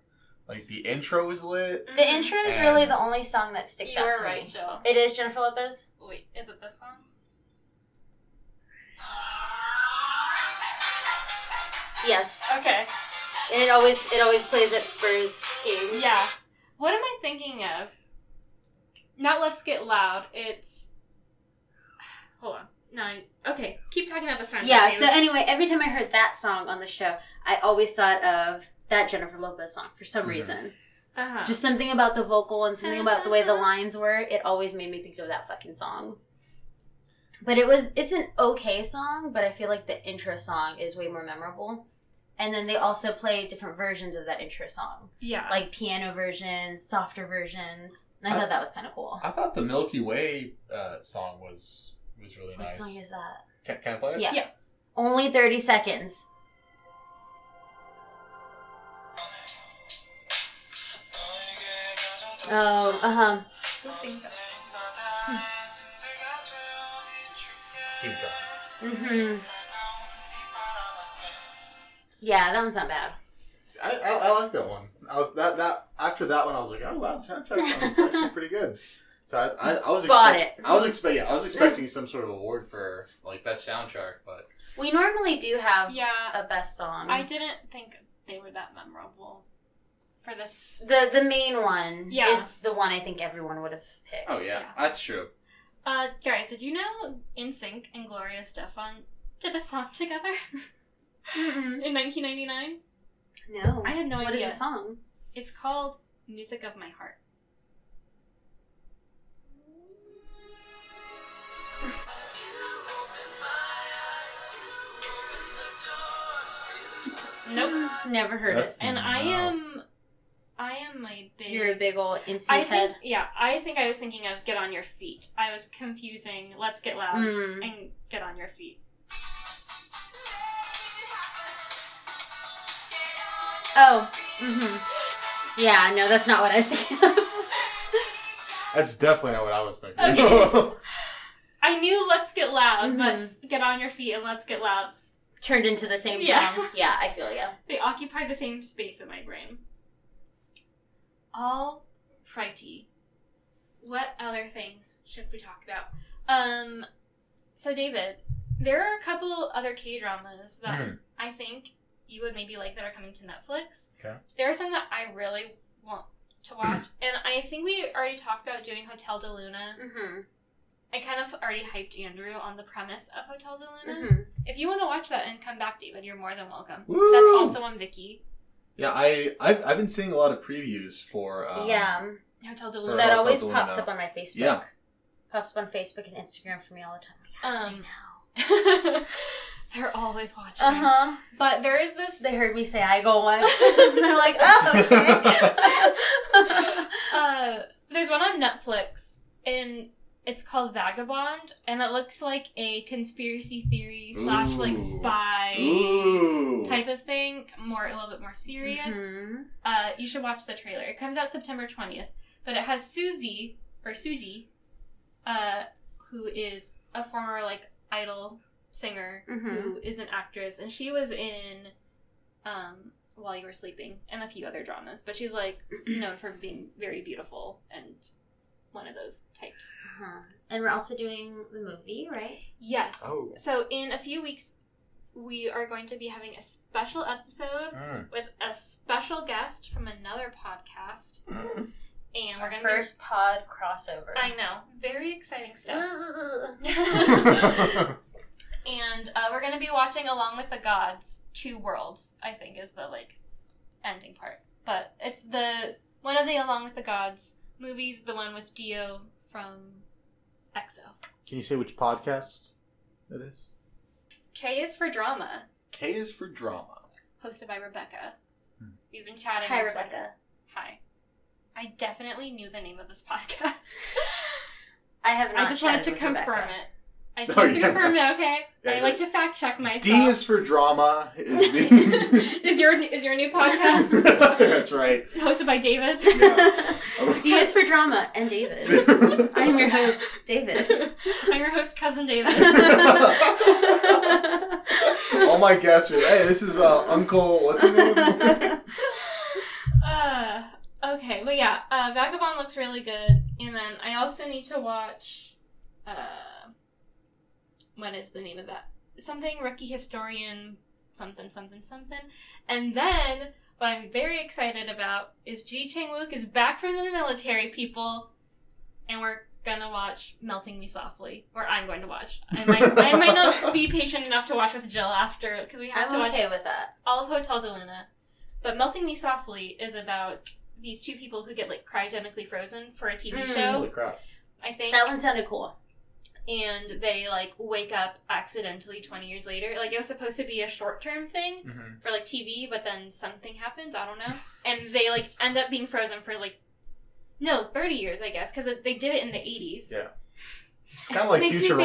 Like the intro was lit. The intro is really the only song that sticks You out were to right, me. Jill. It is Jennifer Lopez. Wait, is it this song? Yes, Okay. and it always it always plays at Spurs games. Yeah. What am I thinking of? Not let's get loud. It's hold on. No. I- Okay. Keep talking about the sound. Yeah, so anyway, every time I heard that song on the show, I always thought of that Jennifer Lopez song for some Mhm. reason. uh Just something about the vocal and something about the <laughs> way the lines were, it always made me think of that fucking song. But it was it's an okay song, but I feel like the intro song is way more memorable. And then they also play different versions of that intro song. yeah. Like piano versions, softer versions. And I thought that was kinda cool. I thought the Milky Way uh, song was was really What nice. song is that? can, can I play it? Yeah. Yeah. Only 30 seconds. Oh, uh huh. Who sings that? Keep going. Mm-hmm. Yeah, that one's not bad. I, I, I like that one. I was that that after that one I was like, oh wow, the soundtrack was <laughs> actually pretty good. So I, I, I was Bought expect- it. I was expecting I <laughs> was expecting some sort of award for like best soundtrack, but We normally do have Yeah. a best song. I didn't think they were that memorable for this. the the main one Yeah. is the one I think everyone would have picked. oh yeah, Yeah. that's true. Uh, guys, did you know InSync and Gloria Stefan did a song together Mm-mm. in 1999? No. I had no Mm-hmm. What is idea. the song? It's called "Music of My Heart." Nope. Never heard That's- And I No. am, I am a big. it. You're a big old I instant think, head. yeah, I think I was thinking of "Get on Your Feet." I was confusing "Let's Get Loud" Mm. and "Get on Your Feet." Oh. Mm-hmm. Yeah, no, that's not what I was thinking of. <laughs> That's definitely not what I was thinking. Okay. I knew "Let's Get Loud," Mhm. but "Get on Your Feet" and "Let's Get Loud" Turned into the same Yeah. song. <laughs> Yeah, I feel you. They occupy the same space in my brain. All righty. What other things should we talk about? Um, so David, there are a couple other K dramas that Mhm. I think you would maybe like that are coming to Netflix. Okay. There are some that I really want to watch, <clears throat> and I think we already talked about doing Hotel de Luna. Mm-hmm. I kind of already hyped Andrew on the premise of Hotel de Luna. Mm-hmm. If you want to watch that and come back, David, you're more than welcome. Woo! That's also on Vicky. <laughs> yeah, I I've, I've been seeing a lot of previews for um, yeah. Hotel de Or Luna. That I'll always tell pops Dwayne up on my Facebook. Yeah. Pops up on Facebook and Instagram for me all the time. Um, <laughs> they're always watching. Uh huh. But there is this. <laughs> They heard me say I go once. <laughs> and they're like, oh, <laughs> okay. Uh, there's one on Netflix, and it's called Vagabond, and it looks like a conspiracy theory slash like Ooh. spy Ooh. type of thing, more a little bit more serious. Mhm. Uh, you should watch the trailer. It comes out September 20th, but it has Susie or Suji, uh, who is a former like idol singer Mhm. who is an actress, and she was in um, While You Were Sleeping and a few other dramas. But she's like <clears throat> known for being very beautiful and one of those types. Uh-huh. And we're also doing the movie, right? Yes. Oh. So in a few weeks, we are going to be having a special episode Mm. with a special guest from another podcast, and we're Our gonna be- first pod crossover. I know. Very exciting stuff. and uh, we're going to be watching Along with the Gods, Two Worlds, I think is the like ending part. But it's the one of the Along with the Gods movies, the one with Dio from EXO. <laughs> Can you say which podcast it is? K is for drama, K is for drama. hosted by Rebecca. Hmm. We've been chatting. <laughs> Hi, on Twitter. Rebecca. Hi. I definitely knew the name of this <laughs> podcast. I have not. I just wanted to chatted with confirm Rebecca. it. I Oh, just have to yeah. confirm it, okay? Yeah, I yeah. like to fact check myself. D is for drama. <laughs> <laughs> Is the is your is your new podcast <laughs> That's right. hosted by David? <laughs> <laughs> D is for drama and David. I am your host, David. <laughs> I'm your host, cousin David. All my guests are. Hey, this is uh, Uncle. What's his <laughs> name? Uh, okay, but yeah, uh, Vagabond looks really good, and then I also need to watch. Uh, what is the name of that? Something rookie historian, something, something, something, and then what I'm very excited about is Ji Chang Wook is back from the military, people, and we're gonna watch Melting Me Softly, or I'm going to watch. I might, I might not be patient enough to watch with Jill after because we have to I'm watch okay with that. all of Hotel de Luna, but Melting Me Softly is about these two people who get like cryogenically frozen for a TV Mm. show, Holy crap! I think. That one sounded cool. And they like wake up accidentally 20 years later. Like it was supposed to be a short term thing Mhm. for like TV, but then something happens, I don't know. <laughs> And they like end up being frozen for like no, 30 years, I guess, because they did it in the 80s. Yeah. It's kind of like makes me think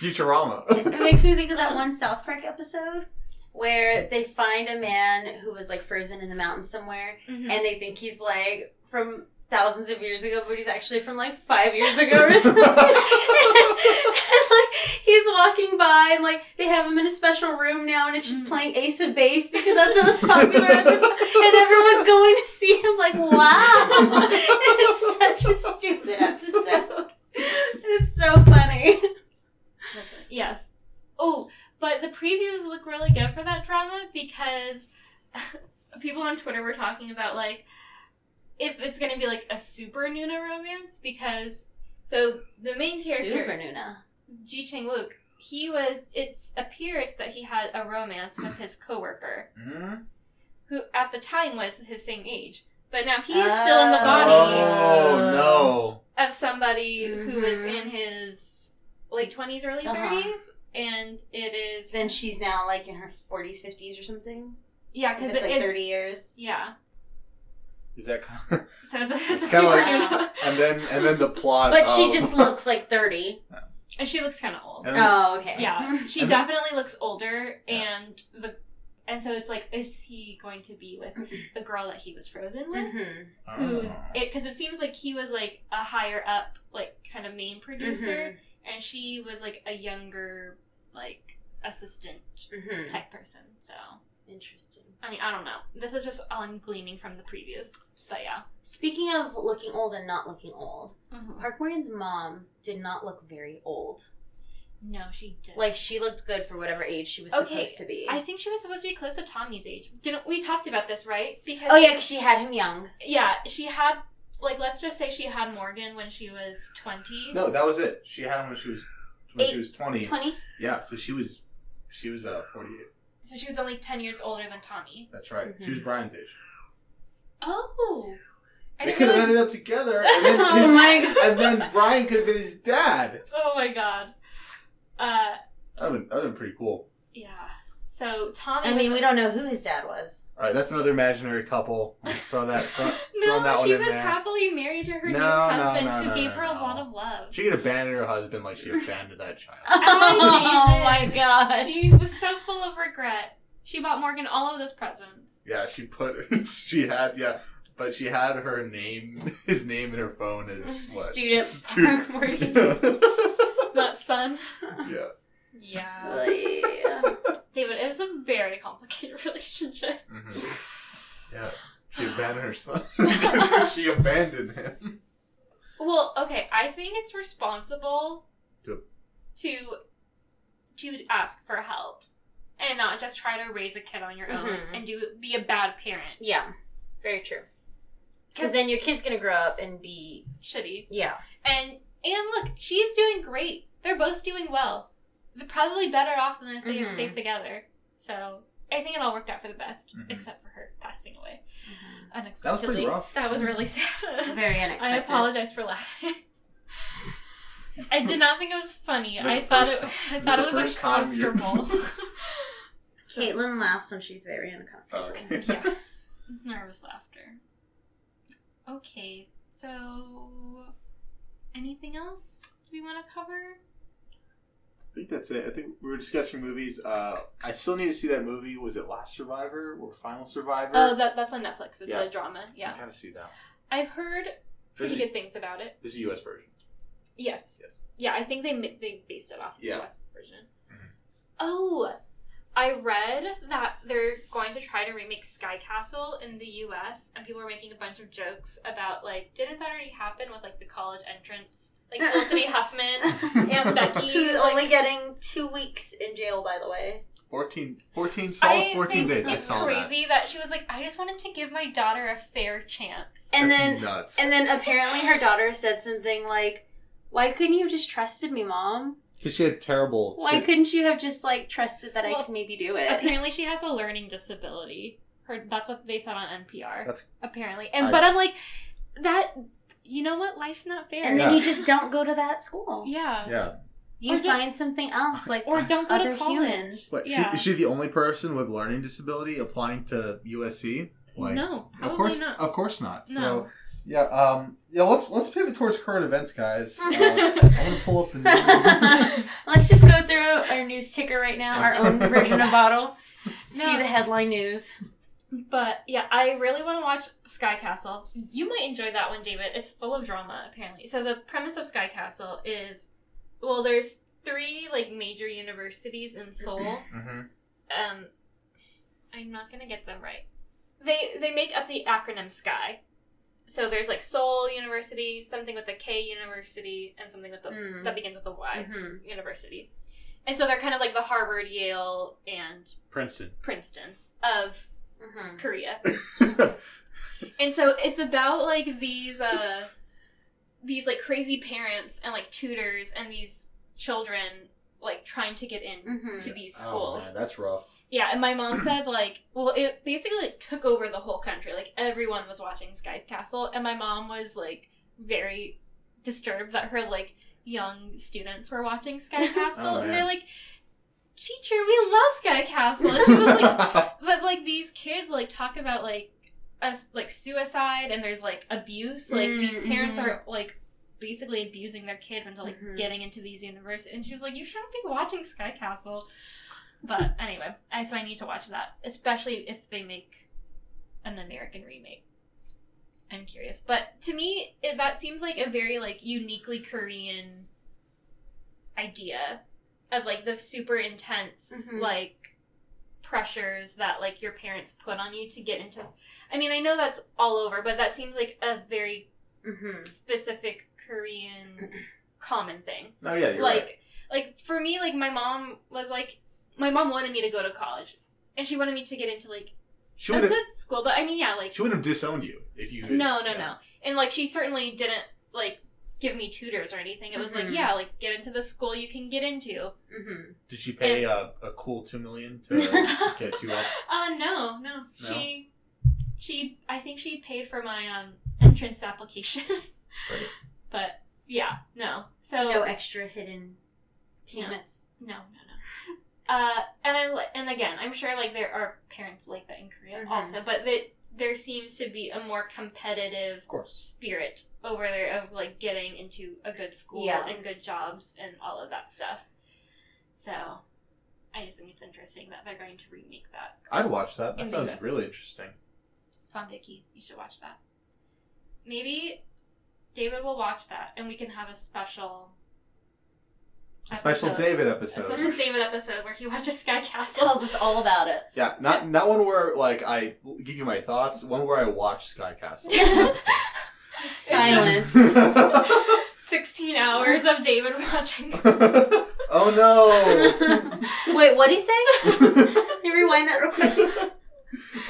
Futurama. of- Futurama. it makes me think of that one South Park episode where they find a man who was like frozen in the mountains somewhere Mhm. and they think he's like from thousands of years ago, but he's actually from like five years ago or something. <laughs> and, like he's walking by and like they have him in a special room now and it's just Mhm. playing Ace of Base because that's what was popular at <laughs> the time. And everyone's going to see him like, wow. <laughs> it's such a stupid episode. It's so funny. That's it. Yes. Oh, but the previews look really good for that drama because <laughs> people on Twitter were talking about like if it's going to be like a super Nuna romance because so the main Super character Nuna. Ji Chang Wook he was it's appeared that he had a romance with his coworker Mhm. who at the time was his same age but now he is still in the body Oh of somebody who was Mhm. in his late 20s early Uh-huh. 30s and it is Then she's now like in her 40s, 50s or something. yeah Because because it's it, like it 30 years. Yeah. Is that kind of, <laughs> So it's, a- it's It's a super kinda like- uh, news. and then and then the <laughs> plot? But she of- just looks like 30. And she looks kind of old. and Oh, okay. <laughs> Yeah, she And- definitely looks older, Yeah. and the and so it's like, is he going to be with Mm-hmm, the girl that he was frozen with? Mhm. Who Oh. it? Because it seems like he was like a higher up, like kind of main producer, and she was like a younger, like assistant Mhm. type person. So Interesting. I mean, I don't know. This is just all I'm gleaning from the previews, but yeah. Speaking of looking old and not looking old, Park Moran's mom did not look very old. No, she did. Like she looked good for whatever age she was Okay, supposed to be. I think she was supposed to be close to Tommy's age. Didn't we talked about this right? Because oh yeah, 'cause she had him young. Yeah, she had like let's just say she had Morgan when she was twenty. No, that was it. She had him when she was when Eight- she was twenty. 20? Yeah, so she was she was uh forty eight. So she was only ten years older than Tommy. That's right. Mhm. She was Brian's age. Oh. I They didn't could realize- have ended <laughs> up together, and then, Oh his- my God. and then Brian could have been his dad. Oh my god. Uh That would that would been pretty cool. yeah. So Tommy I mean, was- we don't know who his dad was. All right, that's another imaginary couple. Throw that throw, No, throw that one she in was there. happily married to her new No, no, husband no, who no, gave no, her a no. lot of <laughs> love. she could abandon her husband like she abandoned that <laughs> Oh <laughs> child. my god. She was so full of regret. She bought Morgan all of those <laughs> presents. Yeah, she put she had yeah, but she had her name <laughs> his name in her phone as what Student, <laughs> Park Student- Moran. Not son. yeah. Yeah. Yeah. David, it was a very complicated <laughs> relationship. Mhm. Yeah. She abandoned her son. <laughs> 'Cause she <laughs> abandoned him. Well, okay, I think it's responsible To- to to ask for help and not just try to raise a kid on your own Mhm. and do be a bad parent. yeah. Very true. Because then your kid's gonna grow up and be Shitty. yeah. And and look, she's doing great. They're both doing well. They're probably better off than if they had Mhm. stayed together. So I think it all worked out for the best, Mhm. except for her passing away That was unexpectedly. pretty rough. That was really sad. <laughs> Very I unexpected. apologize for laughing. I did not think it was funny. Is that I the thought first it, time- I is thought that it the was first time you're- uncomfortable. <laughs> Caitlin laughs when she's very uncomfortable. Okay. yeah, nervous laughter. Okay, so anything else we want to cover? I think that's it. I think we were discussing movies. Uh, I still need to see that movie. Was it Last Survivor or Final Survivor? Uh, Oh, that, that's on Netflix. It's Yeah. a drama. I Yeah. kind of see that. one. I've heard There's pretty a, good things about it. there's a U.S. <laughs> version. Yes. Yes. Yeah, I think they ma- they based it off of Yeah. the West version. Mm-hmm. Mhm. Oh, I read that they're going to try to remake Sky Castle in the U.S. and people were making a bunch of jokes about like, didn't that already happen with like the college entrance, like Felicity <laughs> Huffman and Becky? Who's like- only getting two weeks in jail, by the way. 14, 14 solid I 14 think days. I It's saw that. crazy that. she was like, I just wanted to give my daughter a fair chance. And That's then nuts. and then apparently her daughter said something like, Why couldn't you have just trusted me, mom? Because she had terrible. Why couldn't you have just like trusted that I Well, could maybe do <laughs> it? Apparently, she has a learning disability. Her that's what they said on NPR. That's- apparently, and I- but I'm like that. You know what? Life's not fair. And yeah. then Yeah. you just don't go to that school. yeah. Or You don't- find something else, like or don't go other to college. humans. Wait, she- yeah. is she the only person with learning disability applying to USC? Like, no, probably of course, not. of course not. So No. yeah, um, yeah. Let's let's pivot towards current <laughs> events, guys. Uh, I'm gonna pull up the news. <laughs> Let's just go through our news ticker right now, That's our own right. version of bottle. See No. the headline news. But yeah, I really want to watch Sky Castle. You might enjoy that one, David. It's full of drama, apparently. So the premise of Sky Castle is, well, there's three like major universities in Seoul. Mhm. um I'm not gonna get them right. They they make up the acronym SKY. So there's like Seoul University, something with the K University, and something with the Mm. that begins with the Y Mhm. University. And so they're kind of like the Harvard, Yale, and Princeton. Princeton of Mhm. Korea. Mm-hmm. and so it's about like these uh these like crazy parents and like tutors and these children like trying to get in Mhm. <laughs> to these schools. Oh, man, that's rough. Yeah, and my mom said like, well, it basically like, took over the whole country. Like everyone was watching Sky Castle, and my mom was like very disturbed that her like young students were watching Sky Castle, Oh, and man. they're like, "Teacher, we love Sky Castle." And she was like, "But like these kids like talk about like us like suicide, and there's like abuse. Like these Mm, parents mhm. are like." basically abusing their kids into like Mhm. getting into these universities and she was like you shouldn't be watching sky castle but anyway, I so I need to watch that, especially if they make an American remake. I'm curious, but to me, it, that seems like a very like uniquely Korean idea of like the super intense Mm-hmm. Mhm. like pressures that like your parents put on you to get into. I mean, I know that's all over, but that seems like a very Mhm. specific <clears throat> Korean common thing <laughs> no, yeah, you're like right. like for me like my mom was like my mom wanted me to go to college and she wanted me to get into like She a would have good school but i mean yeah like she wouldn't have disowned you if you. no no yeah. no and like she certainly didn't like give me tutors or anything it was Mhm. like yeah like get into the school you can get into Mhm. Did she pay uh, a cool two million <laughs> to get you up? uh no no No? she she i think she paid for my um entrance application <laughs> Great. but yeah no so No extra hidden Yeah. payments. No, no, no. Uh, and I li- and again, I'm sure like there are parents like that in Korea Mhm. also, but that there seems to be a more competitive Of course. spirit over there of like getting into a good school Yeah. and good jobs and all of that stuff. So, I just think it's interesting that they're going to remake that. I'd watch that. That In the sounds US. really interesting. It's on Vicky. You should watch that. Maybe David will watch that, and we can have a special. A special episode- David A episode. special David episode where he watches Sky Castle. Tells us all about it. Yeah, not not one where like I give you my thoughts. One where I watch Sky <laughs> Castle. <laughs> Silence. <laughs> oh 16 hours of David watching. Oh, <laughs> no! Wait, what do you <laughs> say? Can you Rewind that real quick.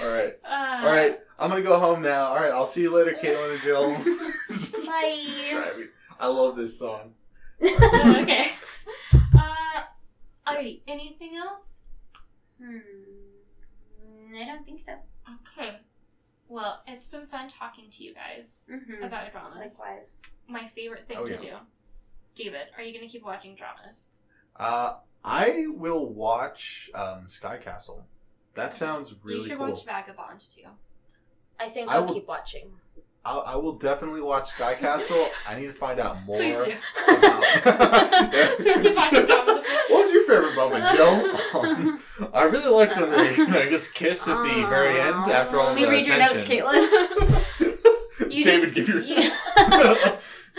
All right, Uh, all right. I'm gonna go home now. All right, I'll see you later, Caitlin <laughs> and Jill. <laughs> Bye. Drive me. I love this song. okay. <laughs> Uh, alrighty. Anything else? Hmm. I don't think so. Okay. Well, it's been fun talking to you guys Mm-hmm. about dramas. Likewise. My favorite thing Oh, to yeah. do. David, are you going to keep watching dramas? Uh, I will watch um, Sky Castle. That sounds you really should cool. watch Vagabond <laughs> too. I think I I'll will- keep watching. I, I will definitely watch Sky Castle. I need to find out more. <laughs> Please do. <laughs> about- <laughs> <laughs> Please keep watching dramas. Well, really liked when they you know, just kiss at the very end after Let all of me the read your notes, attention. Caitlin. <laughs> You just- David, give your you-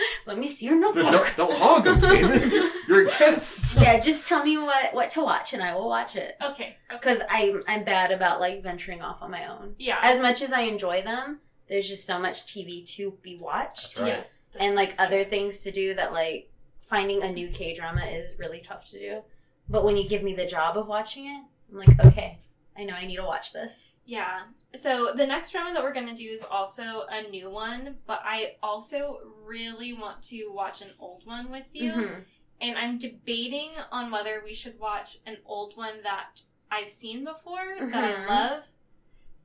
<laughs> Let me see your notebook. don't, don't hog him, David. You're a guest. <laughs> yeah, just tell me what what to watch, and I will watch it. Okay. Okay. Because I'm I'm bad about like venturing off on my own. Yeah. As much as I enjoy them, there's just so much TV to be watched, That's right. Yes. and like That's true. other things to do that like finding a new K drama is really tough to do. But when you give me the job of watching it, I'm like, okay, I know I need to watch this. Yeah. So the next drama that we're going to do is also a new one, but I also really want to watch an old one with you. Mm-hmm. And I'm debating on whether we should watch an old one that I've seen before that I Mhm. love,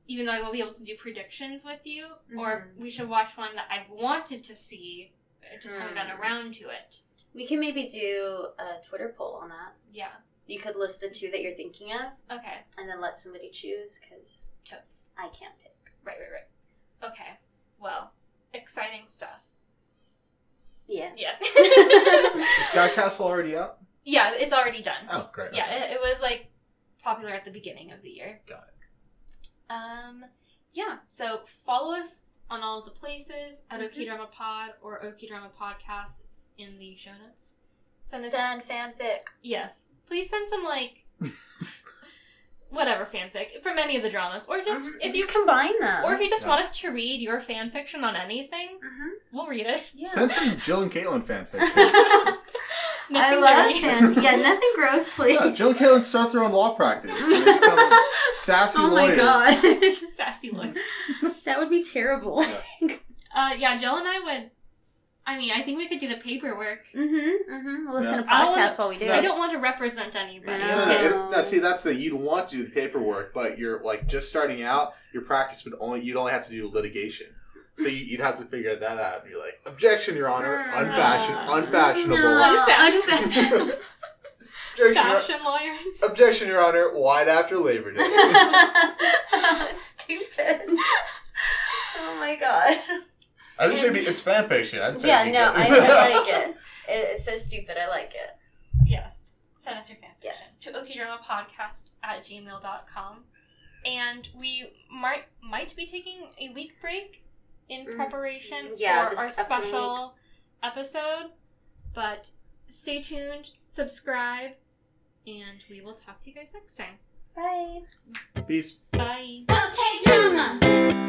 even though I won't be able to do predictions with you, or if we should watch one that I've wanted to see, I just haven't gotten Hmm. around to it. We can maybe do a Twitter poll on that. Yeah. You could list the two that you're thinking of, Okay. and then let somebody choose because Totes. I can't pick. Right, right, right. Okay. Well, exciting stuff. Yeah. Yeah. Is Sky Castle already out? <laughs> Yeah, it's already done. Oh, great. Yeah, it, okay. it was like popular at the beginning of the year. Got it. Um, yeah. So follow us on all of the places at Mhm. OK Drama Pod or OK Drama Podcast. It's in the show notes. Send us Send fanfic. yes. Please send some <laughs> like whatever fanfic from any of the dramas, or just Mhm. if Just you combine them. or if you just Yeah. want us to read your fan fiction on anything, Mhm. we'll read it. <laughs> yeah. Send some Jill and Caitlin fanfiction. <laughs> I Nothing love dirty. him. Yeah, nothing <laughs> gross, please. yeah, Jill and Caitlin start their own law practice. They become <laughs> sassy <laughs> oh my lawyers. god, <laughs> Sassy look. Mm-hmm. that would be terrible. Yeah. Uh, yeah, Jill and I would. I mean, I think we could do the paperwork. Mm-hmm. Mm-hmm. We'll listen Yeah. to I don't wanna- podcasts while we do I it. don't want to represent anybody. No, no, okay? no, it- no, see, that's the you'd want to do the paperwork, but you're like just starting out. Your practice would only you'd only have to do litigation, so you, you'd have to figure that out. And you're like, objection, Your Honor, Mm. unfashion, No. unfashionable, No, <laughs> Unfashionable. objection, your, Fashion lawyers. objection, Your Honor, wide after <laughs> Labor Day. unfashionable. <laughs> Stupid. Oh my god. I didn't say be, it's fan fiction. I didn't say Yeah, it'd be no, I, good. I <laughs> like it. it. It's so stupid. I like it. Yes. Send us your fan fiction Yes. to okidramapodcast at gmail.com. And we might might be taking a week break in Mm. preparation for Yeah, this our upcoming special episode. But stay tuned, subscribe, and we will talk to you guys next time. Bye. Peace. Bye. Okay, drama.